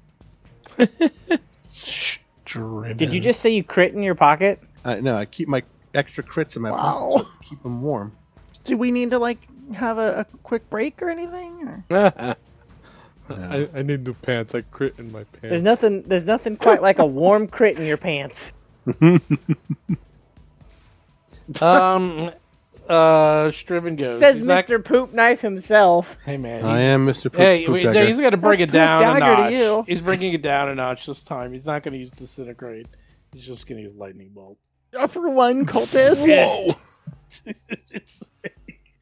Driven. Did you just say you crit in your pocket? Uh, no, I keep my extra crits in my pocket. Wow. Keep them warm. Do we need to like have a, a quick break or anything? Or? I, I need new pants. I crit in my There's pants. nothing. There's nothing quite like a warm crit in your pants. um uh Striven goes. Says Exact- Mr. Poop Knife himself. Hey man. I he's- am Mr. Poop, Hey, Poop we, Dagger. he's gonna bring That's it down poop a dagger to notch. you. He's bringing it down a notch this time. He's not gonna use disintegrate. He's just gonna use lightning bolt. Uh, For one cultist. Whoa.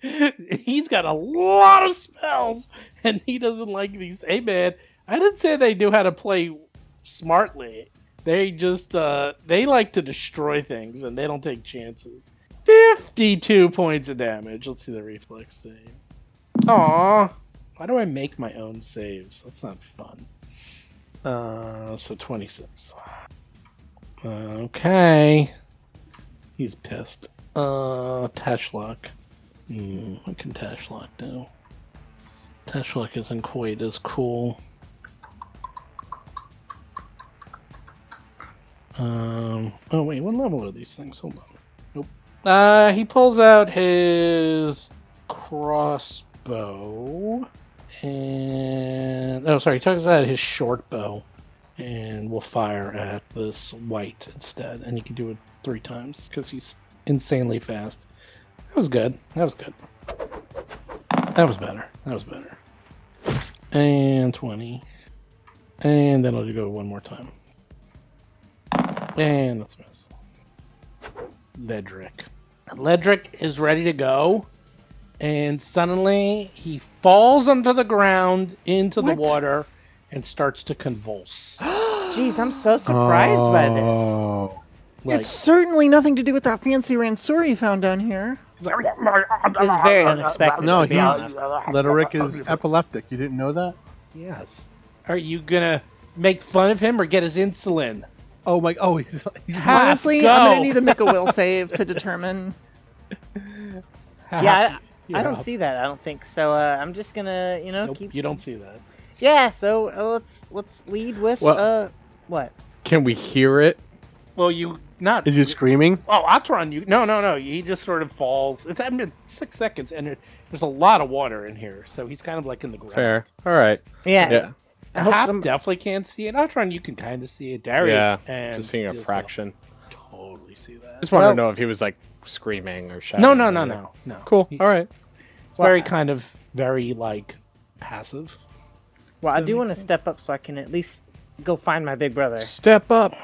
he's got a lot of spells, and he doesn't like these. Hey, man, I didn't say they knew how to play smartly. They just uh, they like to destroy things, and they don't take chances. Fifty-two points of damage. Let's see the reflex save. Aw, why do I make my own saves? That's not fun. Uh, so twenty-six. Okay, he's pissed. Uh, Tashlock. Hmm, what can Tashlock do? Tashlock isn't quite as cool. Um, oh wait, what level are these things? Hold on. Nope. Uh, he pulls out his crossbow, and oh, sorry, he takes out his short bow, and will fire at this white instead. And he can do it three times because he's insanely fast. That was good. That was good. That was better. That was better. And 20. And then I'll go one more time. And let's miss. Ledric. Ledric is ready to go. And suddenly he falls onto the ground into What? the water and starts to convulse. Jeez, I'm so surprised by this. Oh. Like, It's certainly nothing to do with that fancy Ransori you found down here. It's very unexpected. No, to be he's- honest. Lederick is epileptic. You didn't know that? yes. Are you gonna make fun of him or get his insulin? Oh my! Oh, he's, he's Have Honestly, go. I'm gonna need to make a will save to determine. Have- Yeah, I you're don't up. see that. I don't think so. Uh, I'm just gonna, you know, Nope, keep. you don't see that. Yeah. So uh, let's let's lead with Well- uh, what? Can we hear it? Well, you not. is he screaming? Oh, Atron, you no, no, no. He just sort of falls. It's I mean, six seconds, and it, there's a lot of water in here, so he's kind of like in the ground. Fair. All right. Yeah. Yeah. I hope Hap some- definitely can't see it. Atron, you can kind of see it. Darius, Yeah, and Just seeing a Disco fraction. Totally see that. Just want Well- to know if he was like screaming or shouting. No, no, or no, anything. no, no. Cool. He- All right. It's very kind of very like passive. Well, I That do makes want to step up so I can at least go find my big brother. Step up.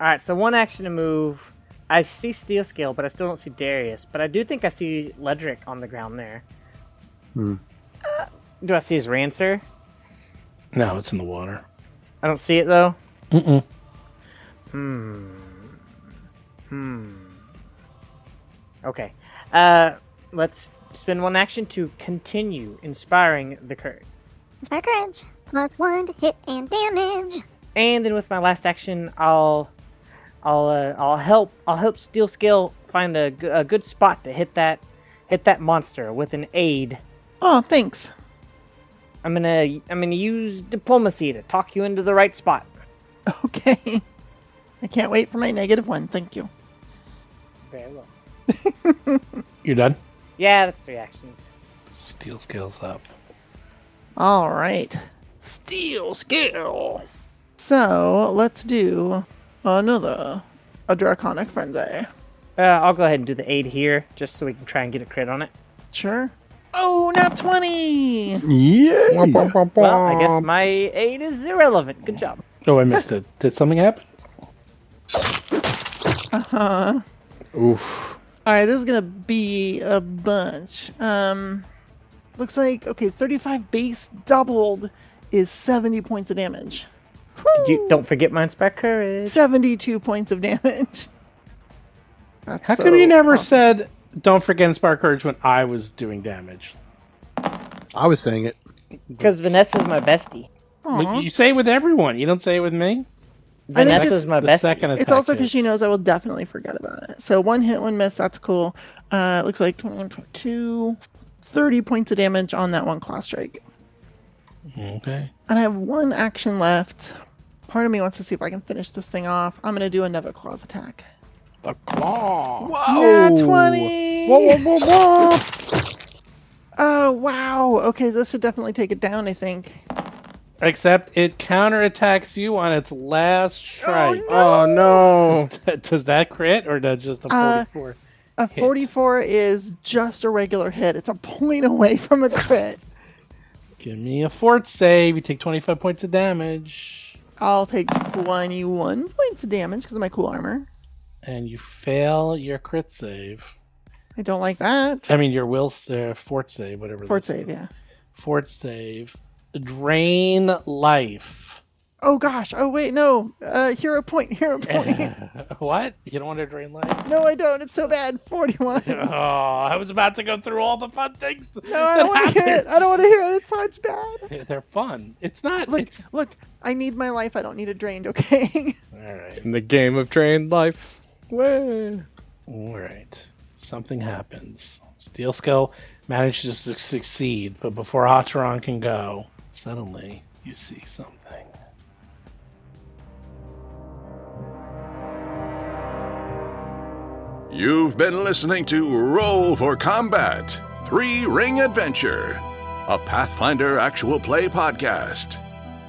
All right, so one action to move. I see Steel Scale, but I still don't see Darius. But I do think I see Ledric on the ground there. Hmm. Uh, do I see his Rancer? No, it's in the water. I don't see it though. Mm-mm. Hmm. Hmm. Okay. Uh, let's spend one action to continue inspiring the courage. Inspire courage. Plus one to hit and damage. and then with my last action, I'll, I'll, uh, I'll help. I'll help Steel Scale find a, g- a good spot to hit that, hit that monster with an aid. Oh, thanks. I'm gonna, I'm gonna use diplomacy to talk you into the right spot. Okay. I can't wait for my negative one. Thank you. Very well. You're done. Yeah, that's three actions. Steel scales up. All right. Steel scale. So let's do another a draconic frenzy. Uh, I'll go ahead and do the aid here, just so we can try and get a crit on it. Sure. Oh, not twenty. Yeah. Well, I guess my aid is irrelevant. Good job. Oh, I missed it. Did something happen? Huh. Oof. All right, this is gonna be a bunch. Um, looks like okay, thirty-five base doubled is seventy points of damage. Did you don't forget my inspire courage. Seventy-two points of damage. That's How so come you never awesome. said "Don't forget Spark Courage" when I was doing damage? I was saying it. Because Vanessa's my bestie. Aw. You say it with everyone. You don't say it with me. I think Vanessa's it's- my the bestie. second It's attack also is- because she knows I will definitely forget about it. So one hit, one miss. That's cool. Uh, it looks like 21, 22, 30 points of damage on that one claw strike. Okay. And I have one action left. Part of me wants to see if I can finish this thing off. I'm gonna do another claws attack. The claw. Nat twenty. Oh. Whoa, whoa, whoa, whoa. Oh wow. Okay, this should definitely take it down. I think. Except it counterattacks you on its last strike. Oh no. Does that crit or does just a Uh, 44? A Hit. 44 is just a regular hit. It's a point away from a crit. Give me a fort save. You take 25 points of damage. I'll take 21 points of damage because of my cool armor. And you fail your crit save. I don't like that. I mean, your will, uh, fort save, whatever. Fort this is. save, yeah. Fort save. Drain life. Oh gosh. Oh wait, no. Uh, hero point. Hero point. what? You don't want to drain life? no, I don't. It's so bad. Forty-one. Oh, I was about to go through all the fun things. No, I don't want to hear it. I don't want to hear it. It sounds bad. it. They're fun. It's not. Look, It's... look. I need my life. I don't need it drained. Okay. All right. In the game of trained life. Way. All right. Something happens. Steel Skull manages to succeed, but before Acheron can go, suddenly you see something. You've been listening to Roll for Combat Three Ring Adventure, a Pathfinder actual play podcast.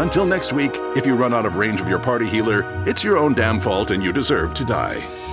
Until next week, if you run out of range of your party healer, it's your own damn fault and you deserve to die.